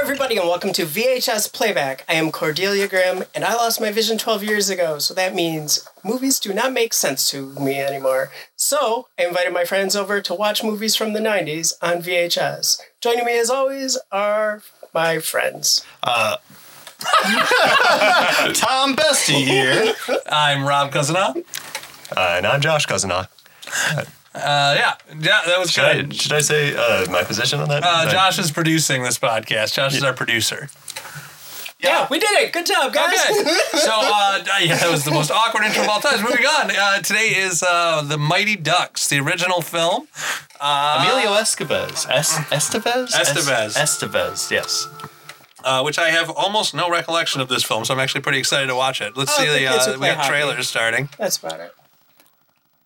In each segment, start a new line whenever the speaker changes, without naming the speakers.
everybody, and welcome to VHS Playback. I am Cordelia Grimm, and I lost my vision 12 years ago, so that means movies do not make sense to me anymore. So I invited my friends over to watch movies from the 90s on VHS. Joining me, as always, are my friends.
Tom Bestie here.
I'm Rob Cousineau.
Uh, and I'm Josh Cousineau.
Uh, yeah, yeah, that was
Should I,
good.
should I say uh, my position on that?
Uh,
Is that-
Josh is producing this podcast. Josh is our producer.
Yeah, we did it. Good job, guys.
Okay, so uh, yeah, that was the most awkward intro of all times. Moving on, uh, today is uh, the Mighty Ducks, the original film.
Emilio Estevez. Es- Estevez?
Estevez.
Es- Estevez, yes.
uh, which I have almost no recollection of this film, so I'm actually pretty excited to watch it. Let's
Oh,
see
the
the
kids who
uh, we
play
got
hockey.
trailers starting.
That's about it.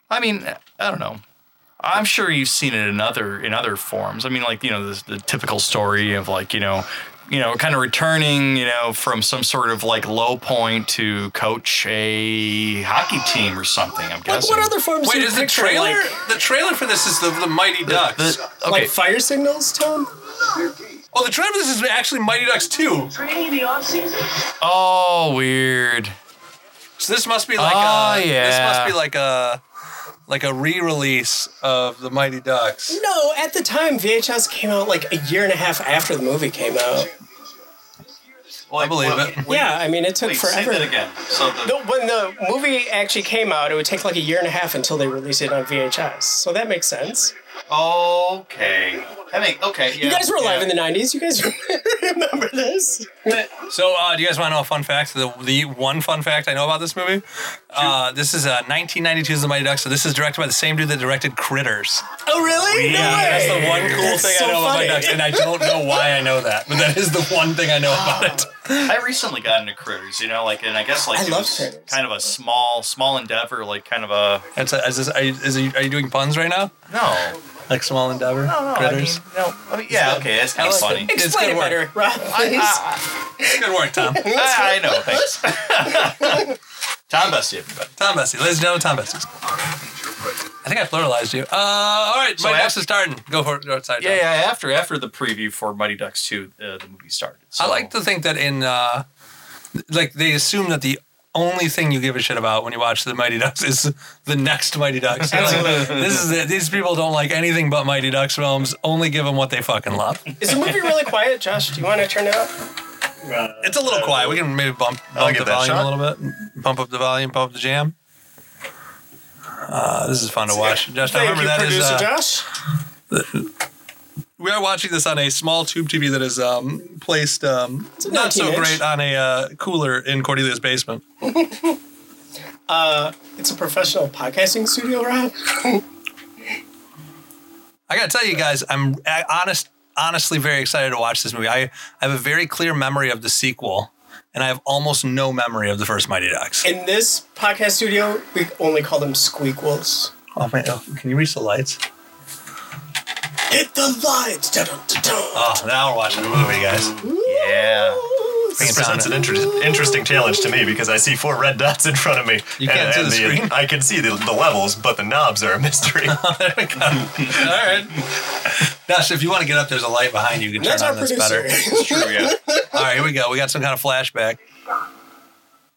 I mean, I don't know. I'm sure you've seen it in other in other forms. I mean, like you know, this, the typical story of like you know, you know, kind of returning, you know, from some sort of like low point to coach a hockey team or something. I'm
What,
guessing.
what other forms do
Wait,
you
is the
picture,
trailer
Like,
the trailer for this is the, the Mighty Ducks?
The- okay,
like fire signals, Tom?
oh, the trailer for this is actually Mighty Ducks Two.
training in the off season?
oh weird.
So this must be like a,
Oh,
this
yeah.
must be like a like a re-release of the Mighty Ducks.
No, at the time, VHS came out like a year and a half after the movie came out.
I believe it.
yeah, I mean, it took forever.
again. So the,
No, when the movie actually came out, it would take like a year and a half until they released it on VHS. So that makes sense.
okay, I mean, okay.
you guys were alive in the 90s. You guys remember this?
So uh, do you guys want to know a fun fact? The the one fun fact I know about this movie. Uh, this is uh, 1992's The Mighty Ducks. So this is directed by the same dude that directed Critters.
Oh, really? No way.
that's the one cool
That's
thing
so
I know
funny.
about Mighty Ducks, and I don't know why I know that, but that is the one thing I know about it.
I recently got into critters, you know, like, and I guess like
I
it
love
was
Critters.
kind of a small, small endeavor, like kind of a
That's a, is this, are, you, is it, are you doing puns right now?
no,
Like Small Endeavor?
no,
Critters?
I mean, no, I mean, yeah, okay, that's kind of
like
funny.
it. It's
Explain
good
it
work.
better, Rob, please.
Good work, Tom.
I, I know, thanks. Tom Bessie, everybody.
Tom Bessie. Ladies and gentlemen, Tom Bessie. I think I pluralized you. Uh, all right,
So
my
I-
next is starting. Go for it. Go outside,
Yeah, yeah. After after the preview for Mighty Ducks two, uh, the movie started. So.
I like to think that in, uh, like, they assume that the only thing you give a shit about when you watch the Mighty Ducks is the next Mighty Ducks. They're like, this is it. These people don't like anything but Mighty Ducks films. Only give them what they fucking love.
Is the movie really quiet, Josh? Do you want to turn it up?
It's a little quiet. We can maybe bump
I'll
bump
give
the
that a
volume a
shot.
little bit. Bump up the volume. Bump up the jam. Uh, this is fun to watch. Josh, I
Thank
remember
you,
that is.
producer
uh,
Josh.
we are watching this on a small tube TV that is um, placed um,
a
not so
19 inch.
great on a uh, cooler in Cordelia's basement.
It's a professional podcasting studio, Rob.
I gotta tell you guys, I'm I- honest, honestly very excited to watch this movie. I, I have a very clear memory of the sequel, and I have almost no memory of the first Mighty Ducks.
In this podcast studio, we only call them squeakles.
oh man, oh, can you reach the lights?
Hit the lights. Dun, dun, dun, dun.
Oh, now we're watching the movie, guys.
Yeah.
Oh.
This presents an inter- interesting challenge to me because I see four red dots in front of me.
You can't see the screen.
I can see the, the levels, but the knobs are a mystery.
All right, Josh, if you want to get up, there's a light behind you. You can turn
That's our
on this
producer.
better.
It's true. Yeah.
All right, here we go. We got some kind of flashback.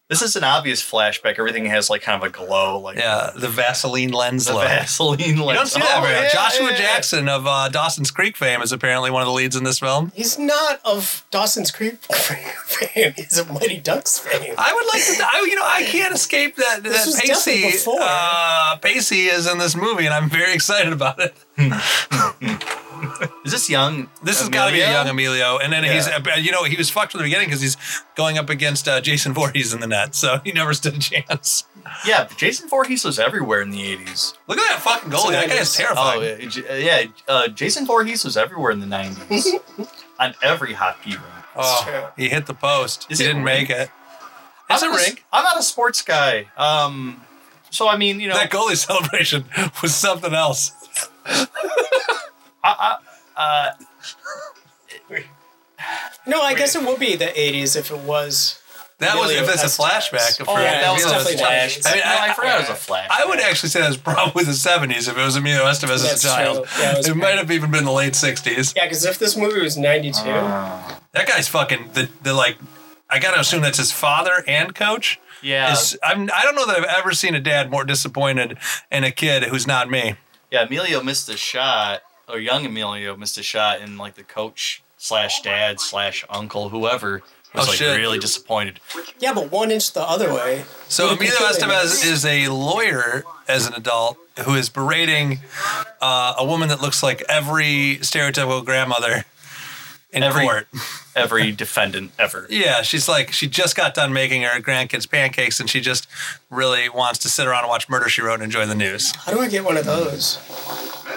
this is an obvious flashback. Everything has like kind of a glow, like
Yeah, the Vaseline lens
the
logo.
Vaseline.
You don't see that very much. Joshua
oh, yeah, yeah.
Jackson of uh, Dawson's Creek fame is apparently one of the leads in this film.
He's not of Dawson's Creek fame. He's of Mighty Ducks fame.
I would like to. I, you know, I can't escape that. that
was definitely
Pacey,
before.
uh, Pacey is in this movie, and I'm very excited about it.
Is this young?
This has got to be a
Amelia?
young Emilio, and then he's,
Yeah.
uh, you know, he was fucked from the beginning because he's going up against uh, Jason Voorhees in the net, so he never stood a chance.
Yeah, Jason Voorhees was everywhere in the '80s.
Look at that fucking
So
goalie. That guy is
that is-
terrifying.
Oh yeah, J- yeah. Uh, Jason Voorhees was everywhere in the '90s on every hockey rink.
Oh,
true.
he hit the post.
Is
he
it
didn't
rink?
make it.
I'm
It's a
not s-
rink.
I'm not a sports guy. Um, so I mean, you know,
That goalie celebration was something else.
No, I guess it would be the 80s if it was.
That was
Really
if it's a
impressed
flashback.
us.
for
Oh, yeah, that was
Emilio,
definitely
a flash.
Japanese.
I, mean, I,
I-
I forgot it was a flash.
I would actually say that was probably the 70s if it was Emilio Estevez as
That's
a child.
true. Yeah, it was
it might have even been the late 60s. Ah.
Yeah, because if this movie was 92,
That guy's fucking the the like. I gotta assume that's his father and coach.
Yeah.
Uh-huh.
Is, I'm, I don't know that I've ever seen a dad more disappointed in a kid who's not me.
Yeah, Emilio missed a shot, or young Emilio missed a shot, and like the coach slash dad slash uncle, whoever, was
Oh,
like
shit.
really disappointed.
Yeah, but one inch the other way.
So
Would've been
Emilio
killing
Estevez is a lawyer as an adult who is berating uh, a woman that looks like every stereotypical grandmother in
Every-
court.
Every defendant ever.
Yeah, she's like she just got done making her grandkids pancakes, and she just really wants to sit around and watch Murder She Wrote and enjoy the news.
How do I get one of those?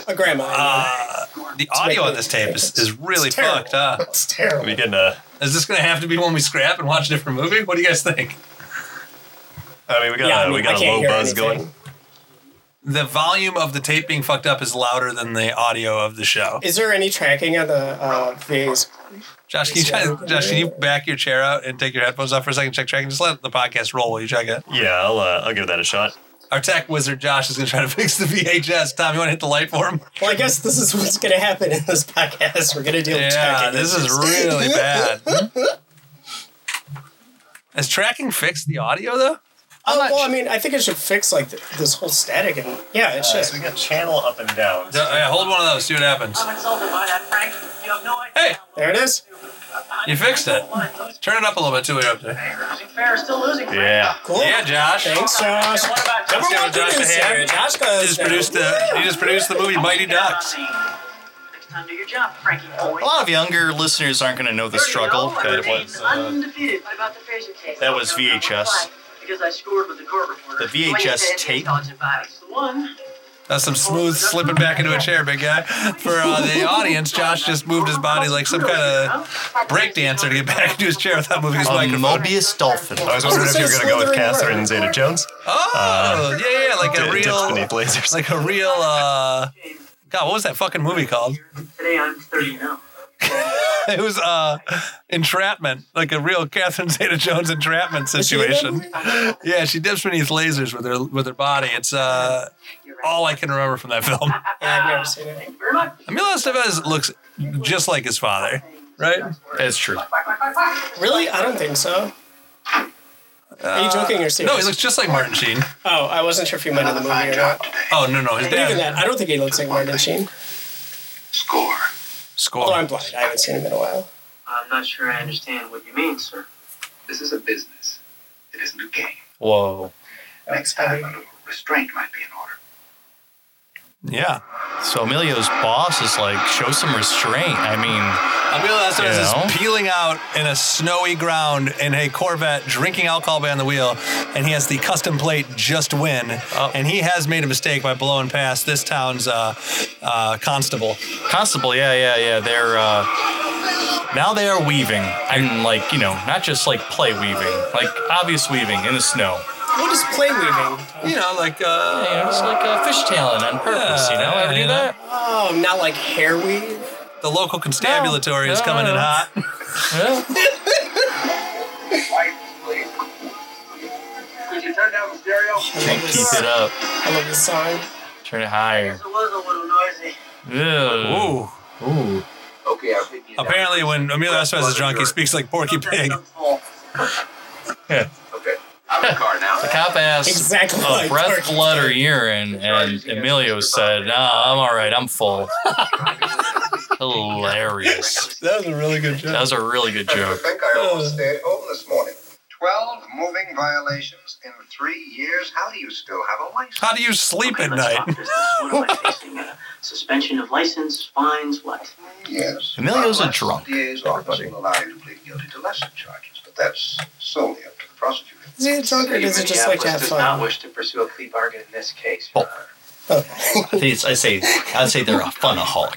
A grandma.
Ah.
I
The audio
making
on this tape is, is really
It's terrible.
fucked up.
That's
We
terrible.
getting a.
Is this gonna have to be when we scrap and watch a different movie? What do you guys think?
I mean, we got
Yeah,
a,
I mean,
we
I
got a
can't
low
hear
buzz
anything.
going.
The volume of the tape being fucked up is louder than the audio of the show.
Is there any tracking on the uh, these?
Josh, can you try, Josh, can you back your chair out and take your headphones off for a second, check tracking? Just let the podcast roll while you check it.
Yeah, I'll uh, I'll give that a shot.
Our tech wizard Josh is gonna try to fix the VHS. Tom, you wanna hit the light for him?
Well, I guess this is what's going to happen in this podcast. We're going to deal with
Yeah,
tracking.
this is
issues.
really bad. Has tracking fixed the audio though?
Oh,
not
well, I
sh-
mean, I think it should fix like th- this whole static and yeah, it should.
So we got channel up and down.
Yeah, yeah, hold one of those, see what happens.
I'm insulted by that, Frank. You have no
Hey,
idea.
there it is.
you fixed it.
Losing
Turn it up a little bit too. You're up there.
fair, still losing. Frank.
Yeah.
Cool.
Yeah, Josh.
Thanks, Josh.
What about
Number
We're
one
welcome
producer
in, Sarah.
here.
Josh goes
Just
now.
produced the. He just produced the movie Mighty Ducks.
Next time, do your job, Frankie boy.
A lot of younger listeners aren't going to know the struggle that it was. Uh,
Undefeated. What about the Fraser case?
that was VHS.
Because I scored with the court reporter.
The VHS
When you said
tape.
intelligent bias, the one.
That's some smooth slipping back into a chair, big guy. For uh, the audience, Josh just moved his body like some kind of break dancer to get back into his chair without moving his
a
microphone.
Mobius dolphin.
I was wondering if you were gonna go with Catherine Zeta Jones.
Oh, yeah, yeah, like a
Did Dips
real,
beneath lasers.
like a real. uh God, what was that fucking movie called?
Today I'm oh. 30 now.
It was uh entrapment, like a real Catherine Zeta-Jones entrapment
Is she in that
situation.
movie?
Yeah, she dips beneath lasers with her with her body. It's uh all I can remember from that film.
Yeah, I've never seen it.
Very much.
Emilio Estevez looks just like his father, right?
That's true.
Really? I don't think so. Are you joking or serious?
Uh, No, he looks just like Martin Sheen.
Oh, I wasn't sure if you meant in the movie or not.
Oh no, no, his
But even
dad
that, I don't think he looks like Martin Sheen.
Score.
Although
scored.
I'm blind, I haven't seen him in a while.
I'm not sure I understand what you mean, sir.
This is a business. It isn't a game.
Whoa.
Next time, a little restraint might be in order.
Yeah,
So Emilio's boss is like, show some restraint. I mean,
Emilio Estevez
You know?
is peeling out in a snowy ground in a Corvette, drinking alcohol behind the wheel, and he has the custom plate just win. And he has made a mistake by blowing past this town's uh, uh, constable.
Constable, yeah, yeah, yeah. They're uh, now they are weaving, and like you know, not just like play weaving, like obvious weaving in the snow.
What is play weaving?
You know, like uh,
Yeah, it's like uh, fishtailing on purpose, you know. Ever
Yeah,
do
yeah.
that?
Oh, not like hair weave?
the local constabulary is
No,
coming
no,
in
no.
hot.
Could you turn down the stereo?
Can't keep it up.
I love this song.
Turn it higher.
It was a little
Ooh.
Ew.
noisy.
Ooh.
Okay, I'll pick you up.
Apparently, when Emilio Estevez is drunk, he speaks like Porky Pig.
Okay. I'm in the car now.
The cop asked
Exactly.
Uh,
of
like
breath,
Porky
blood, or
Pig.
urine, and Emilio said, "No, I'm all right. I'm full." Hilarious.
That was a really good joke.
That was a really good joke.
think I almost stayed home this morning. Twelve moving violations in three years. How do you still have a license?
How do you sleep at night?
uh, Suspension of license, fines, what?
Yes.
Emilio's a
unless
drunk,
The DA's office will allow you to plead guilty to lesser charges, but that's solely up to the prosecutor.
Is he a drunk or does he just like to have fun?
wish to pursue a plea bargain in this case.
Oh.
uh,
Your
Okay.
I think it's- I say, I'd say they're a funaholic.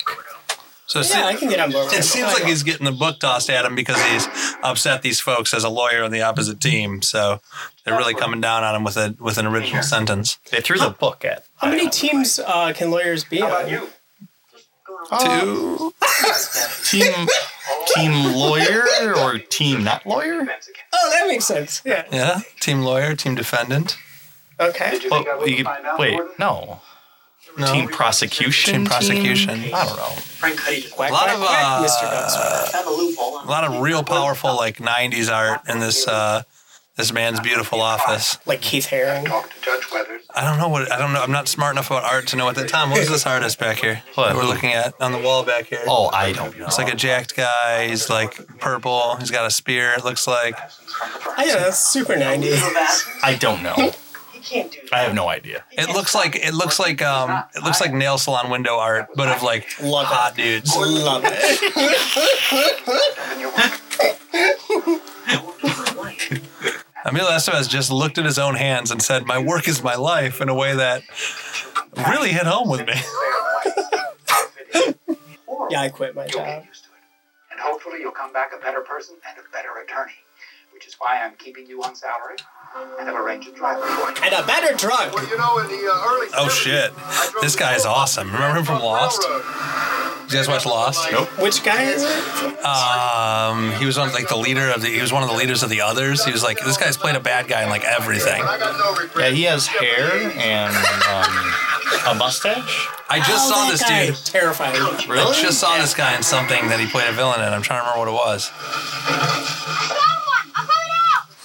So
Yeah, I can get on board with
It seems like he's getting the book tossed at him because he's upset these folks as a lawyer on the opposite team. So they're really coming down on him with a with an original sentence.
They threw the book at.
How many teams uh, can lawyers be on?
Two.
Team team lawyer or team not lawyer?
Oh, that makes sense. Yeah.
Yeah, team lawyer, team defendant.
Okay.
Well, you could- wait, no.
No.
Team prosecution.
Team prosecution.
I don't know.
Frank Cuddy just
Whack,
Lot
whack,
of,
whack,
uh,
Mr. Gunsmoke.
found a loophole. on-
A lot of real powerful like '90s art in this uh, this man's beautiful office.
Like Keith Haring.
Talk to Judge Weathers.
I don't know what I don't know. I'm not smart enough about art to know what that. Tom, what is this artist back here
What?
that we're looking at on the wall back here?
Oh, I don't know.
It's like a jacked guy. He's like purple. He's got a spear. It looks like
I know, that's super 90.
I don't know.
He can't do that.
I have no idea.
it looks like it looks like um it looks like nail salon window art, but of like
Love
hot
it.
dudes.
Love it.
Emilio Estevez just looked at his own hands and said, "My work is my life," in a way that really hit home with me.
Yeah, I quit my
You'll
job.
get used to it. And hopefully you'll come back a better person and a better attorney, which is why I'm keeping you on salary and have arranged a driver for you.
And a better drug.
Well, you know, in the uh, early
Oh
70s,
shit,
I drove
this
the
guy is
Belmont
awesome. Remember him from Lost?
Railroad.
You guys watch Lost?
Nope.
Which guy is it?
Um, he was on like the leader of the. He was one of the leaders of the others. He was like, this guy's played a bad guy in like everything.
I got no regrets.
Yeah, he has hair and um, a mustache.
I just
Oh,
saw
that
this
guy.
dude.
Terrifying.
Really?
I just saw this guy in something that he played a villain in. I'm trying to remember what it was.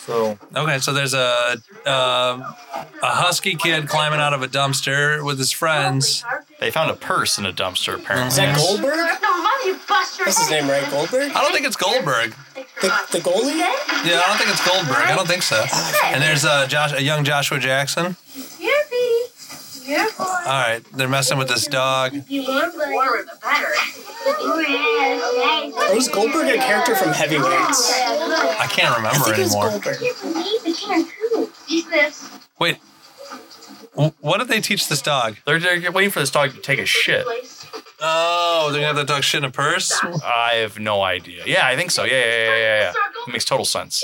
so
Okay, so there's a uh, a husky kid climbing out of a dumpster with his friends.
they found a purse in a dumpster apparently.
Is that Goldberg?
No, mother, you bust your
That's his
head.
name, right? Goldberg?
I don't think it's Goldberg.
The, the goalie?
Yeah, I don't think it's Goldberg. I don't think so. And there's uh, Josh, a young Joshua Jackson.
Here, Petey. Here, boy.
All right, they're messing with this dog.
You want to play the better. Oh,
Or was Goldberg a character from Heavyweights?
Uh,
I can't
I
remember
think it was
anymore.
Goldberg.
He's this.
Wait, w- what did they teach this dog?
They're, they're waiting for this dog to take a shit.
Oh, they're gonna have that dog shit in a purse.
I have no idea. Yeah, I think so. Yeah, yeah, yeah, yeah. yeah. It makes total sense.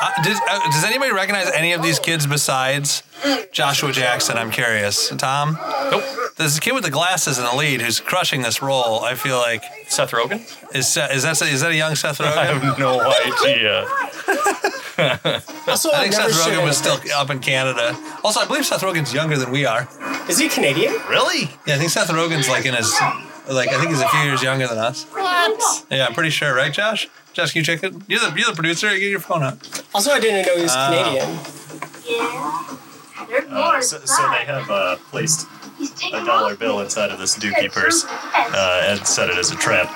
Uh, does, uh, does anybody recognize any of these kids besides Joshua Jackson? I'm curious. Tom?
Nope.
There's a kid with the glasses in the lead who's crushing this role. I feel like
Seth Rogen?
is Seth- is that is that a young Seth
I
Rogen?
have no idea.
Also,
I
I
think
never
Seth
should
Rogen
have-
was still up in Canada. Also, I believe Seth Rogen's younger than we are.
Is he Canadian?
Really?
Yeah, I think Seth Rogen's like in his like I think he's a few years younger than us.
What?
Yeah, I'm pretty sure, right, Josh? Josh, can you check it? You're the you're the producer. Get your phone up.
Also, I didn't know he was
Oh.
Canadian.
Yeah. There's
Uh,
more.
so, so they have uh, placed
He's taking
a dollar
off.
bill inside of this dookie purse uh, and set it as a trap.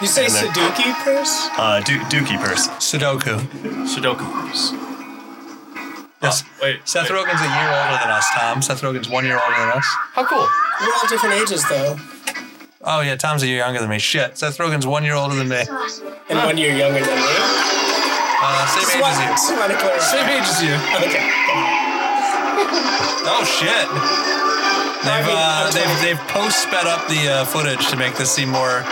You say
And then-
Sudoku purse?
Uh, do- dookie purse.
Sudoku.
Sudoku.
Yes.
Wait,
Seth Rogen's a year older than us, Tom. Seth Rogen's one year older than us.
How cool.
We're all different ages, though.
Oh yeah, Tom's a year younger than me. Shit, Seth Rogen's one year older than me.
And
Ah.
one year younger than me.
Uh, same
Just
age
want-
as you.
just want to clarify.
Same age as you.
Okay.
Oh shit! They've uh,
I'm
they've
totally-
they've post sped up the uh, footage to make this seem more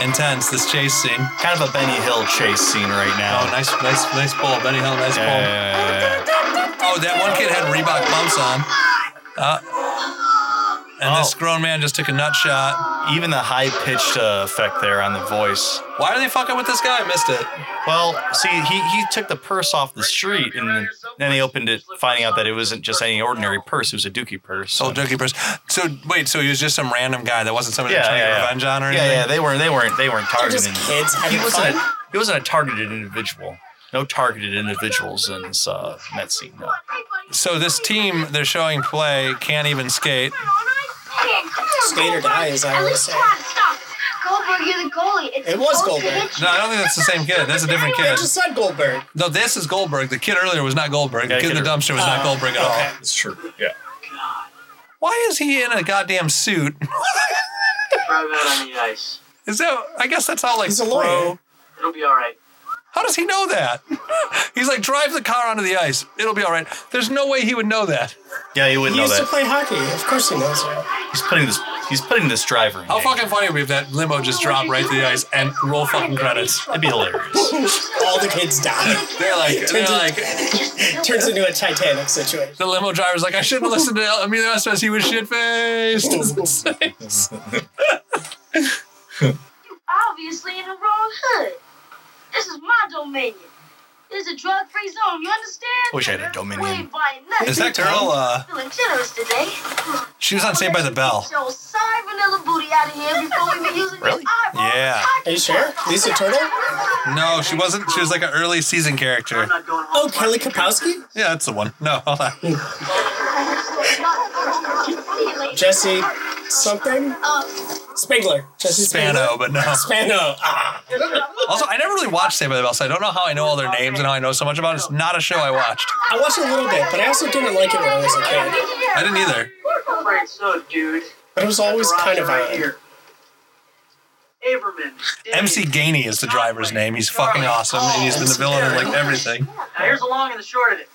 intense. This chase scene.
Kind of a Benny Hill chase scene right now.
Oh, nice, nice, nice ball, Benny Hill. Nice
Yeah,
ball.
yeah, yeah, yeah, yeah.
Oh, that one kid had Reebok pumps on. Uh, and this
Oh.
grown man just took a nut shot.
Even the high pitched uh, effect there on the voice.
Why are they fucking with this guy? I missed it.
Well, see, he, he took the purse off the street and then he opened it, finding out that it wasn't just any ordinary purse, it was a dookie purse.
Old jokey person. So wait, so he was just some random guy that wasn't somebody
yeah,
trying
yeah,
to
yeah.
get revenge on or
yeah,
anything.
yeah, they weren't they weren't they weren't
They're
targeted.
just kids
he
having fun.
wasn't a, he wasn't a targeted individual. No targeted individuals in this uh, in that scene. No.
So this team they're showing play can't even skate.
Skate or die, as I
At
always
least
say.
come on, stop. Goldberg, you're the goalie. It's
It was
supposed to
Goldberg.
hit you.
No, I don't think that's the same kid. That's a different
I
kid.
just said Goldberg.
No, this is Goldberg. The kid earlier was not Goldberg. The
Yeah,
kid in the
kid Ah,
dumpster was not
Oh,
Goldberg at
okay.
all.
It's true. Yeah.
Why is he in a goddamn suit?
Drive out on the ice.
is that? I guess that's how like
He's a
pro.
lawyer.
It'll be all right.
How does he know that? He's like, drive the car onto the ice. It'll be all right. There's no way he would know that.
Yeah, you wouldn't
He
know
used to
that.
play hockey. Of course he knows that.
He's putting this he's putting this driver in.
How
danger.
fucking funny would it be if that limo just dropped right to the ice and roll fucking credits?
It'd be hilarious.
All the kids die.
They're like, they're like,
Turns into a Titanic situation.
the limo driver's like, I shouldn't have listened to Emilio Estevez. He was shit faced.
Obviously in the wrong hood. This is my dominion. is a drug-free zone. You understand?
Wish I had a
That's the
Dominion.
way by nothing.
Is that girl? Uh,
Feeling generous today.
she was on Saved by the Bell.
So sorry, vanilla booty out of here before we even using
Really?
the eyeball.
Yeah.
Are you sure? Lisa Turtle?
No, she wasn't. She was like an early season character.
I'm not going home.
Oh, Kelly Kapowski?
Yeah, that's the one. No, hold on.
Jesse something? Spangler. Jesse Spangler.
Spano, but no.
Spano. Ah.
Also, I never really watched Saved by the Bell, so I don't know how I know all their names and how I know so much about it. It's not a show I watched.
I watched it a little bit, but I also didn't like it when I was a kid.
I didn't either.
I'm afraid so, dude.
But it was always
Garage
kind of
right
on.
here. Averman. Dave,
MC Gainey is the driver's name. He's fucking awesome, and he's been the villain in like everything.
Now here's the long and the short of it.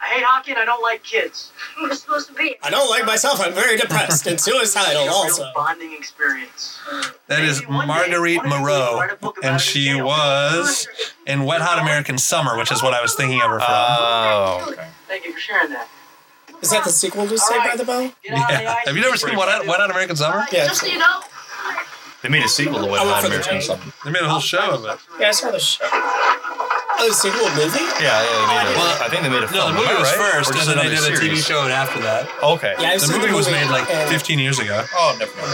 I hate hockey and I don't like kids.
You were supposed to be.
I don't like myself. I'm very depressed and suicidal
A
also.
real bonding experience.
That is Marguerite Moreau, and she was in Wet Hot American Summer, which is what I was thinking of her from.
Oh, okay.
Thank you for sharing that.
Is that the sequel to Saved by the Bell?
Get out of the
yeah.
ice.
Have you never seen Wet Hot, Wet Hot American Summer?
Yeah.
Just so you know,
They made a sequel to Wet
I went
Hot
for the
American
train.
Summer.
They made a whole show of it.
Yeah, I saw the show. Oh, the sequel movie?
Yeah, yeah, they made a,
Well,
I think they made a
No,
film.
the movie
am I
was
right? Or
first,
just
and then they
another
did a TV
series?
show after that.
Okay.
Yeah, I've
The
seen
movie was made like
and-
15 years ago.
Oh, never mind.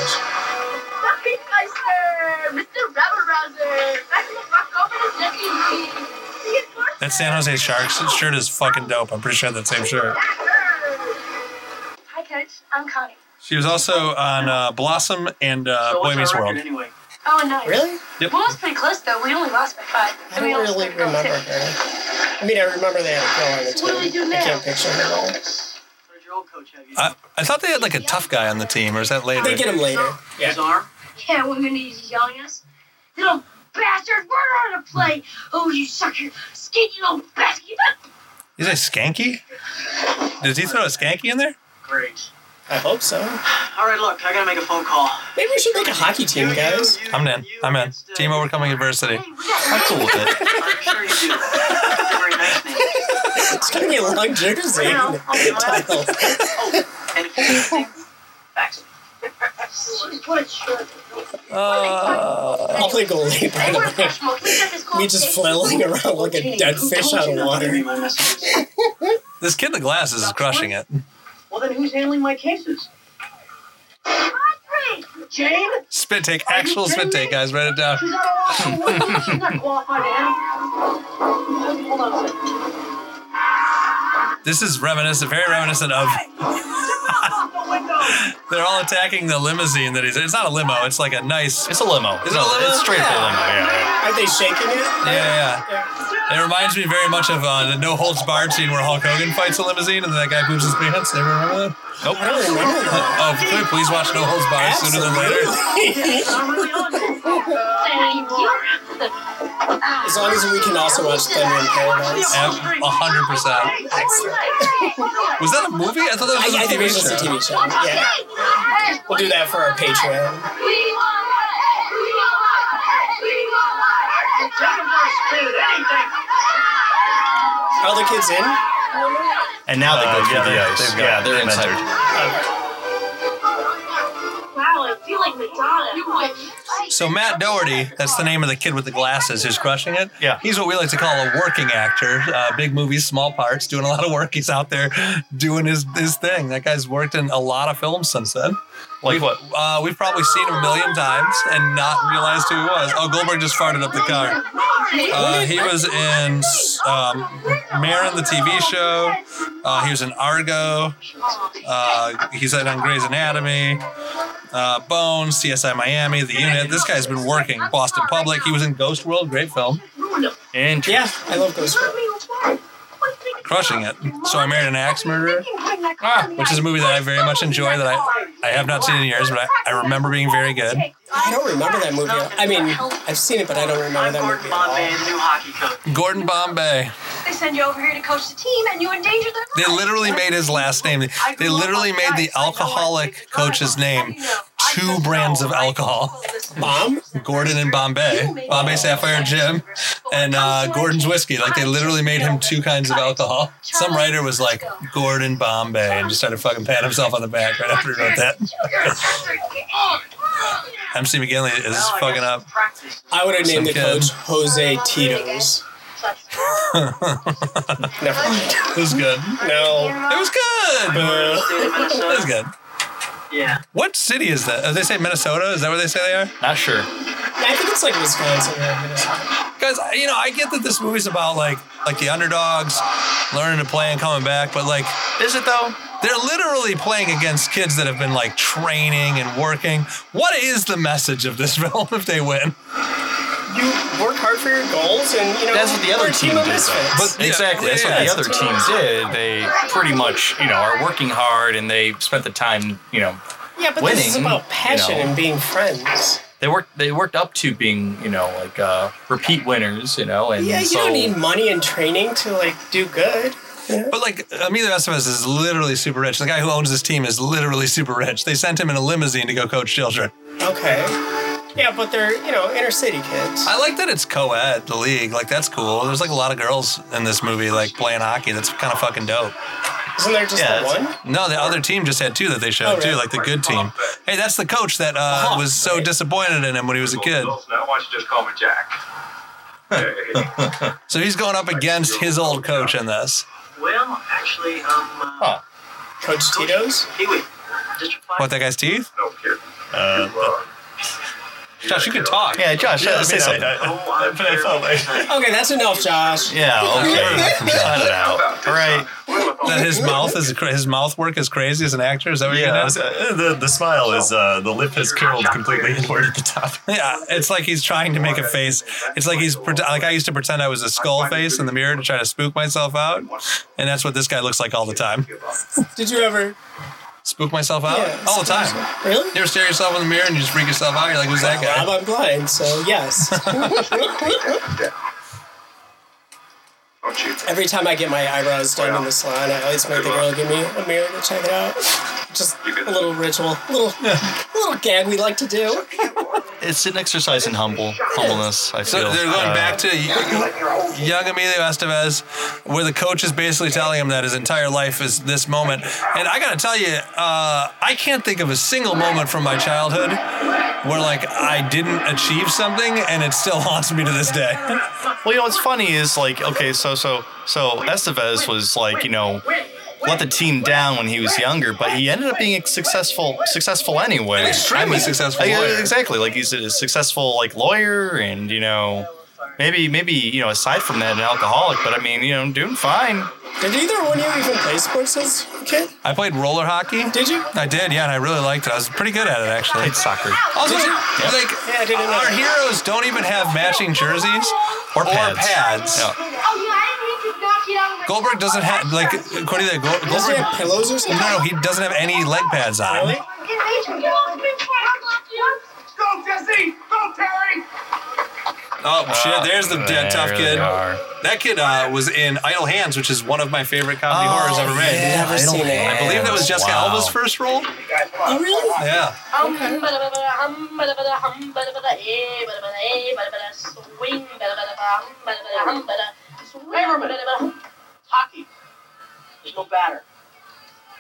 Puppet Meister, Mr. Rebel Rouser, back the fuck over to deputy. See you tomorrow.
That San Jose Sharks shirt is fucking dope. I'm pretty sure that same shirt.
Hi, Coach. I'm Connie.
She was also on uh, Blossom and uh,
So
Boy
what's
Meets
our record
World.
Anyway?
Oh, nice.
Really?
Yep.
Well, it was pretty close, though. We only lost by five.
I don't really remember her. I mean, I remember they had a girl on the
What do we
team.
do
I
now?
can't picture her at all.
What did your old coach have you?
I, I thought they had like a tough guy on the team, or is that later?
They get him later. Yeah.
His arm?
Yeah, we're gonna use yelling at us. Little bastard, we're on to play. Oh, you sucker. Skate, you little bastard. Get up.
He's a skanky? Does he throw a skanky in there?
Great.
I hope so.
All right, look, I gotta make a phone call.
Maybe we should make a hockey team,
You, you,
guys.
you,
I'm in.
you
I'm in.
against, uh,
Team overcoming adversity.
Hey, we got
I'm cool with it.
I'm sure you do. That's a very nice name.
It's gonna be a long jersey.
Now, I'll be my
Title.
Oh, and if you're listening, fax me.
What a shirt.
Uh,
I'll play goalie, by
Hey,
the
we're
way.
professional. We got this
Me just flailing around like a dead fish out of
Not gonna
water.
read my messages.
This kid in the glasses is crushing it.
Well, then who's handling my cases?
Audrey!
Jane?
Spit take, actual spit take, guys. Write it down.
She's out of law. She's not qualified to handle. Hold on a second.
This is reminiscent, very reminiscent of. They're all attacking the limousine that he's in. It's not a limo, it's like a nice.
It's a limo.
Is it a limo?
It's straight up a limo. Yeah.
Aren't they shaking it?
Yeah, yeah, yeah. It reminds me very much of uh, the No Holds Barred scene where Hulk Hogan fights a limousine and that guy poops his pants. Ever remember that?
I don't remember that.
Oh, clearly, please watch No Holds Barred sooner than later.
Absolutely.
Thank you.
as long as we can also watch Thunder in Paradise.
A hundred percent. Was that a movie? I thought that was
I,
a
I think it was
TV
just a
show.
TV show. Yeah. We'll do that for our Patreon. Are the kids in?
And now they
Uh,
go
yeah,
through the
they're-
ice.
they've got-
Yeah, they're
they've
inside.
Wow, I feel like Madonna. You went.
So Matt Doherty, that's the name of the kid with the glasses who's crushing it.
Yeah.
he's what we like to call a working actor. Uh, big movies, small parts, doing a lot of work. He's out there doing his his thing. That guy's worked in a lot of films since then.
Like what?
Uh, we've probably seen him a million times and not realized who he was. Oh, Goldberg just farted up the car. Uh, he was in um, Marin, the TV show. Uh, he was in Argo. Uh, he's in on Grey's Anatomy, uh, Bones, CSI Miami, The Unit. This guy's been working. Boston Public. He was in Ghost World. Great film.
Interesting.
Yeah, I love Ghost World.
Crushing it. So I Married an Axe Murderer, which is a movie that I very much enjoy that I, I have not seen in years, but I, I remember being very good.
I don't remember that movie. I mean, I've seen it, but I don't remember
I'm
that
Gordon
movie
Bombay,
at
the new hockey coach.
Gordon Bombay.
They send you over here to coach the team, and you endanger their
They literally made his last name. They literally made the alcoholic coach's name two brands of alcohol.
all. Mom?
Gordon and Bombay, Bombay Sapphire Jim, and uh, Gordon's whiskey. Like they literally made him two kinds of alcohol. Some writer was like Gordon Bombay and just started fucking patting himself on the back right after he wrote that. MC McGinley is
Well, I
fucking
guess
up.
it's Practice.
I would have named the
Some kid.
coach Jose Tito's.
Plus,
Never mind.
It was good.
No.
It was good.
State of
It was
Minnesota.
good.
Yeah.
What city is that? Are they say Minnesota? Is that where they say they are?
Not sure.
I think it's like Wisconsin or Minnesota.
Because you know, I get that this movie's about like like the underdogs learning to play and coming back, but like
Is it though?
they're literally playing against kids that have been like training and working. What is the message of this film if they win?
You work hard for your goals, and you know
That's what the other
we're a
team
of
did, though.
misfits.
Yeah,
Exactly. That's
yeah,
what
yeah.
the other team did. They pretty much, you know, are working hard and they spent the time, you know,
yeah, but this is
winning,
about passion
you know.
and being friends.
they worked they worked up to being, you know, like uh, repeat winners, you know, and
Yeah, you
so
don't need money and training to like do good.
But like Emilio Estevez is literally super rich. The guy who owns this team is literally super rich. They sent him in a limousine to go coach children.
Okay. Yeah, but they're you know inner city kids.
I like that it's co-ed, the league. Like that's cool. There's like a lot of girls in this movie like playing hockey. That's kind of fucking dope.
Isn't there just
Yeah,
the
that's-
one?
No, the other team just had two that they showed
Oh, really?
too, like the good team. Hey, that's the coach that uh, was so disappointed in him when he was a kid.
Now, why don't you just call me Jack? Hey.
So he's going up against his old coach in this.
Well, actually, um,
Huh.
uh,
Coach Tito's.
Kiwi, District Five.
What that guy's teeth?
no kidding.
Uh, Josh, you could talk.
Yeah, Josh,
Yeah, I
uh, say
mean,
something.
I, I,
Oh, I'm
but I felt like
Okay, that's enough, Josh.
yeah, Oh, okay. Cut it out. All right.
That his mmouth is cra- his mouth work is crazy as an actor. Is that what you're
yeah,
gonna
I was, uh, the the smile is uh, the lip has curled completely inward at the top.
Yeah, it's like he's trying to make a face. It's like he's pret- like I used to pretend I was a skull face in the mirror to try to spook myself out, and that's what this guy looks like all the time.
Did you ever?
Spook myself out
Yeah,
all the time.
Really?
You ever stare yourself in the mirror and you just freak yourself out? You're like, who's that
Rob,
guy?
I'm blind, so yes.
Don't you?
Every time I get my eyebrows done in the salon, I always make the girl give me a mirror to check it out. Just a little ritual, a little, a little gag we like to do.
It's an exercise in humble humbleness, I feel.
So they're going
Uh,
back to young Emilio Estevez, where the coach is basically telling him that his entire life is this moment. And I gotta tell you, uh, I can't think of a single moment from my childhood where like I didn't achieve something, and it still haunts me to this day.
Well, you know what's funny is like okay, so so so Estevez was like you know let the team down when he was younger, but he ended up being a successful successful anyway.
extremely successful
I-
lawyer.
Exactly, like he's a successful like lawyer, and you know maybe maybe you know aside from that an alcoholic, but I mean you know doing fine.
Did either one of you even play sports as a kid?
I played roller hockey.
Did you?
I did, yeah, and I really liked it. I was pretty good at it actually.
Played soccer
Also,
Did you?
like
Yeah, I didn't know.
our heroes don't even have matching jerseys or pads.
oh yeah, I
Yeah.
need to knock it out of my
Goldberg doesn't have like according to Gold-
Does he
Goldberg.
have pillows or something?
No, no, he doesn't have any leg pads on.
Really?
Get Rachel, get off me before I knock you out.
Go, Jesse! Go, Terry!
Oh shit! There's the
They
dead tough
really
kid.
Uh, are.
That kid uh, was in Idle Hands, which is one of my favorite comedy horrors ever made.
Oh, yeah, Never seen it.
I believe that was Jessica
Wow.
Alba's first role.
Oh, really?
Yeah.
Hum, bada, bada, bada, hum, bada, bada, hum, bada, bada, eh, bada, bada, eh, bada, bada, swing, bada, bada, bada, hum, bada, bada, hum, bada, swing, bada, bada, hum,
Hockey. There's no batter.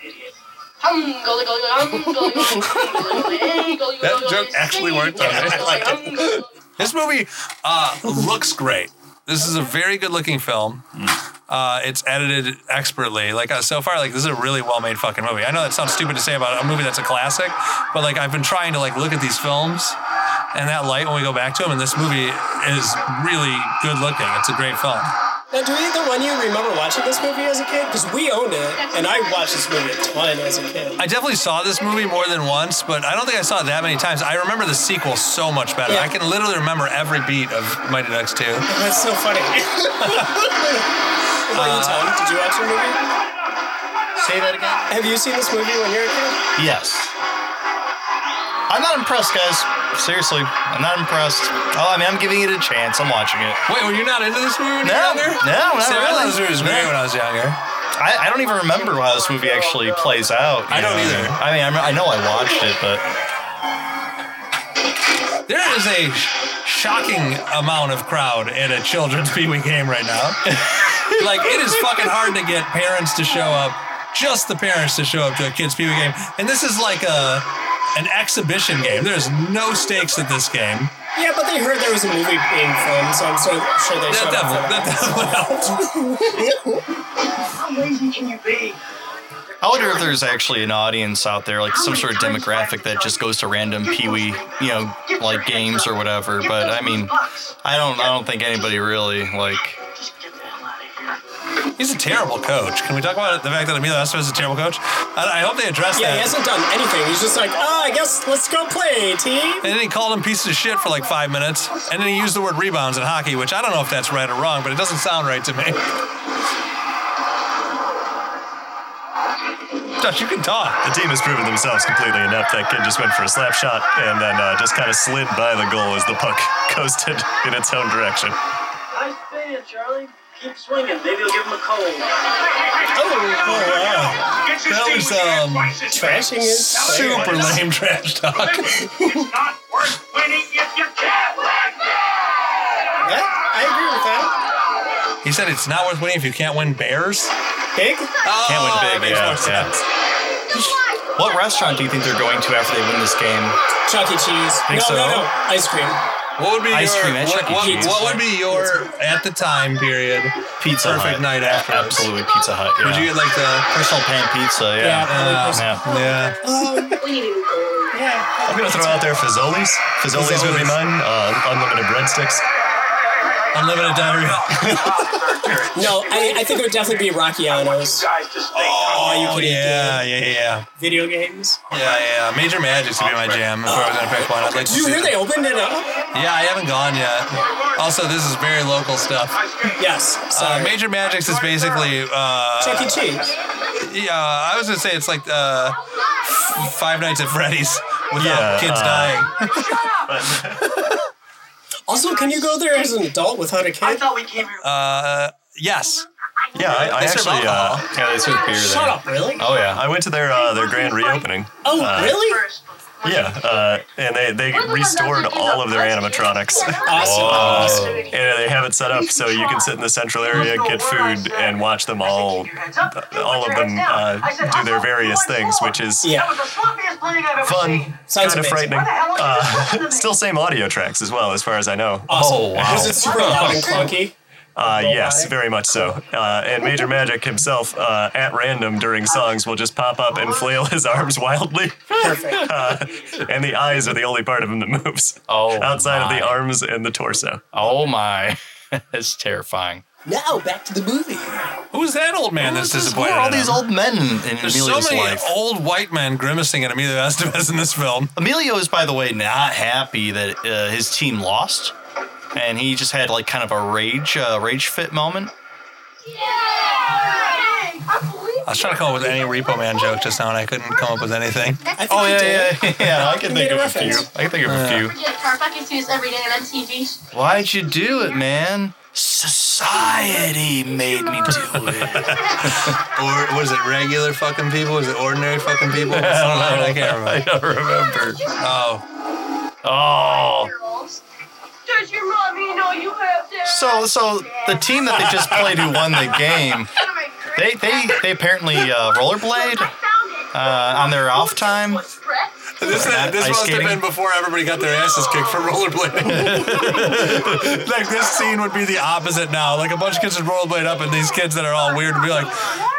Idiot.
hum, goalie, goalie, goalie, hum, goalie, goalie, goalie, goalie, eh, goalie,
That
goalie, goalie,
joke actually
swing,
worked on
goalie,
me. I
goalie,
liked it.
hum, goalie, goalie.
This movie uh, looks great. This is a very good-looking film. Uh, it's edited expertly. Like uh, so far, like this is a really well-made fucking movie. I know that sounds stupid to say about a movie that's a classic, but like I've been trying to like look at these films and that light when we go back to them, and this movie is really good-looking. It's a great film.
Now, do either one of you remember watching this movie as a kid? Because we owned it, and I watched this movie a ton as a kid.
I definitely saw this movie more than once, but I don't think I saw it that many times. I remember the sequel so much better.
Yeah.
I can literally remember every beat of Mighty Ducks 2.
That's so funny. What about you, Tom? Did you watch the movie?
Say that again.
Have you seen this movie when you were a kid?
Yes. I'm not impressed, guys. Seriously, I'm not impressed. Oh, I mean, I'm giving it a chance. I'm watching it.
Wait, were you not into this movie when you
No,
were younger?
no, not
See, I thought
really.
this movie was great when I was younger.
I, I don't even remember how this movie actually plays out. you
I don't
know?
either.
I mean, I, rem- I know I watched it, but
There is a sh- shocking amount of crowd at a children's Pee Wee game right now. like, it is fucking hard to get parents to show up, just the parents to show up to a kid's Pee Wee game. And this is like a an exhibition game. There's no stakes at this game.
Yeah, but they heard there was a movie being filmed, so I'm so sure they
That
showed
definitely,
up.
that definitely helped.
How lazy can you be?
I wonder if there's actually an audience out there, like some sort of demographic that just goes to random peewee, you know, like games or whatever. But I mean, I don't, I don't think anybody really like.
Just get the hell out of here.
He's a terrible coach. Can we talk about the fact that Emilio Estevez is a terrible coach? I, I hope they address
Yeah, he
that.
hasn't done anything. He's just like, oh, I guess let's go play, team.
And then he called him pieces of shit for like five minutes. And then he used the word rebounds in hockey, which I don't know if that's right or wrong, but it doesn't sound right to me. Josh, you can talk.
The team has proven themselves completely inept. That kid just went for a slap shot and then uh, just kind of slid by the goal as the puck coasted in its own direction.
Oh,
Nice spin, Charlie. Keep swinging. Maybe you'll give him a cold.
Oh, wow.
Get your
That
team
was,
with your
um,
prices
Trashing
back.
is
Super lame trash talk.
It's not worth winning if you can't win.
That, I agree with that.
He said it's not worth winning if you can't win bears.
Big?
Can't
win big, yeah, yeah. What restaurant do you think they're going to after they win this game?
Chuck E. Cheese.
Think
no,
so?
no, no. Ice cream.
What would be
Ice
your
cream at
what,
Chuck E.
what-
Cheese.
what would be your at the time period
Pizza
perfect
Hut.
night after?
Absolutely, Pizza Hut. Yeah.
Would you get like the
personal pan pizza? Yeah.
Yeah, probably
Yeah.
personal.
Yeah.
yeah?
Yeah.
I'm gonna throw out there Fazoli's. Fazoli's would be mine. Uh, unlimited breadsticks.
Unlimited diarrhea.
No, I, I think it would definitely be Rockianos.
Guys, just think.
Oh, you could
Yeah, yeah, yeah,
video games.
yeah, yeah. yeah. Major Magic's would be my jam. If I was gonna pick one, I'd like to
Did you
see
hear
that.
they opened it up?
Yeah, I haven't gone yet. Also, this is very local stuff.
Yes.
Uh,
Sorry.
Major Magic's is basically, uh,
Chuck E. Cheese.
yeah, I was gonna say it's like uh, f- Five Nights at Freddy's
Yeah,
without kids
uh,
dying.
Also, can you go there as an adult without a
I
kid?
thought we came here.
Uh, yes.
Yeah, I, I
They serve
actually. Uh,
alcohol.
Yeah, they serve beer there.
Shut up, really?
Oh yeah.
I went to their uh, their grand reopening.
Oh,
Uh,
really?
Yeah, uh, and they, they restored all of their animatronics.
Awesome. awesome.
And they have it set up so you can sit in the central area, get food, and watch them all, all of them uh, do their various things, which is
Yeah.
That was the sloppiest playing I've ever seen.
fun,
Sounds
kind
amazing.
of frightening.
Why the hell are you listening to
Uh,
me?
still same audio tracks as well, as far as I know.
Awesome.
Oh, wow.
Was it super loud and clunky?
Uh, yes,
Robotic?
very much so. Uh, and Major Magic himself, uh, at random during songs, will just pop up and flail his arms wildly.
Perfect.
Uh, and the eyes are the only part of him that moves.
Oh,
outside of the
my.
arms and the torso.
Oh my. That's terrifying.
Now back to the movie.
Who's that old man that's disappointed?
Where are all
in him?
these old men in
There's
Emilio's
so many
life?
old white men grimacing at Emilio Estevez in this film.
Emilio is, by the way, not happy that uh, his team lost, and he just had like kind of a rage, uh, rage fit moment.
I was trying to come up with any Repo Man joke just now, and I couldn't come up with anything.
I think
Oh
he
yeah,
did.
yeah, yeah, yeah. I
You
can think
made a
of a few.
reference.
I can think of a few.
Yeah, fucking see this every day on MTV.
Why'd you do it, man? Society made me do it.
Or what is it? Regular fucking people? Is it ordinary fucking people? I don't know. I can't remember.
don't remember.
Oh,
Oh.
Does your mommy know you have that?
So, so the team that they just played who won the game, they they they apparently uh, rollerblade uh, on their off time.
this,
Ice
this must
skating?
have been before everybody got their asses kicked for rollerblading. like this scene would be the opposite now. Like a bunch of kids would rollerblade up, and these kids that are all weird would be like,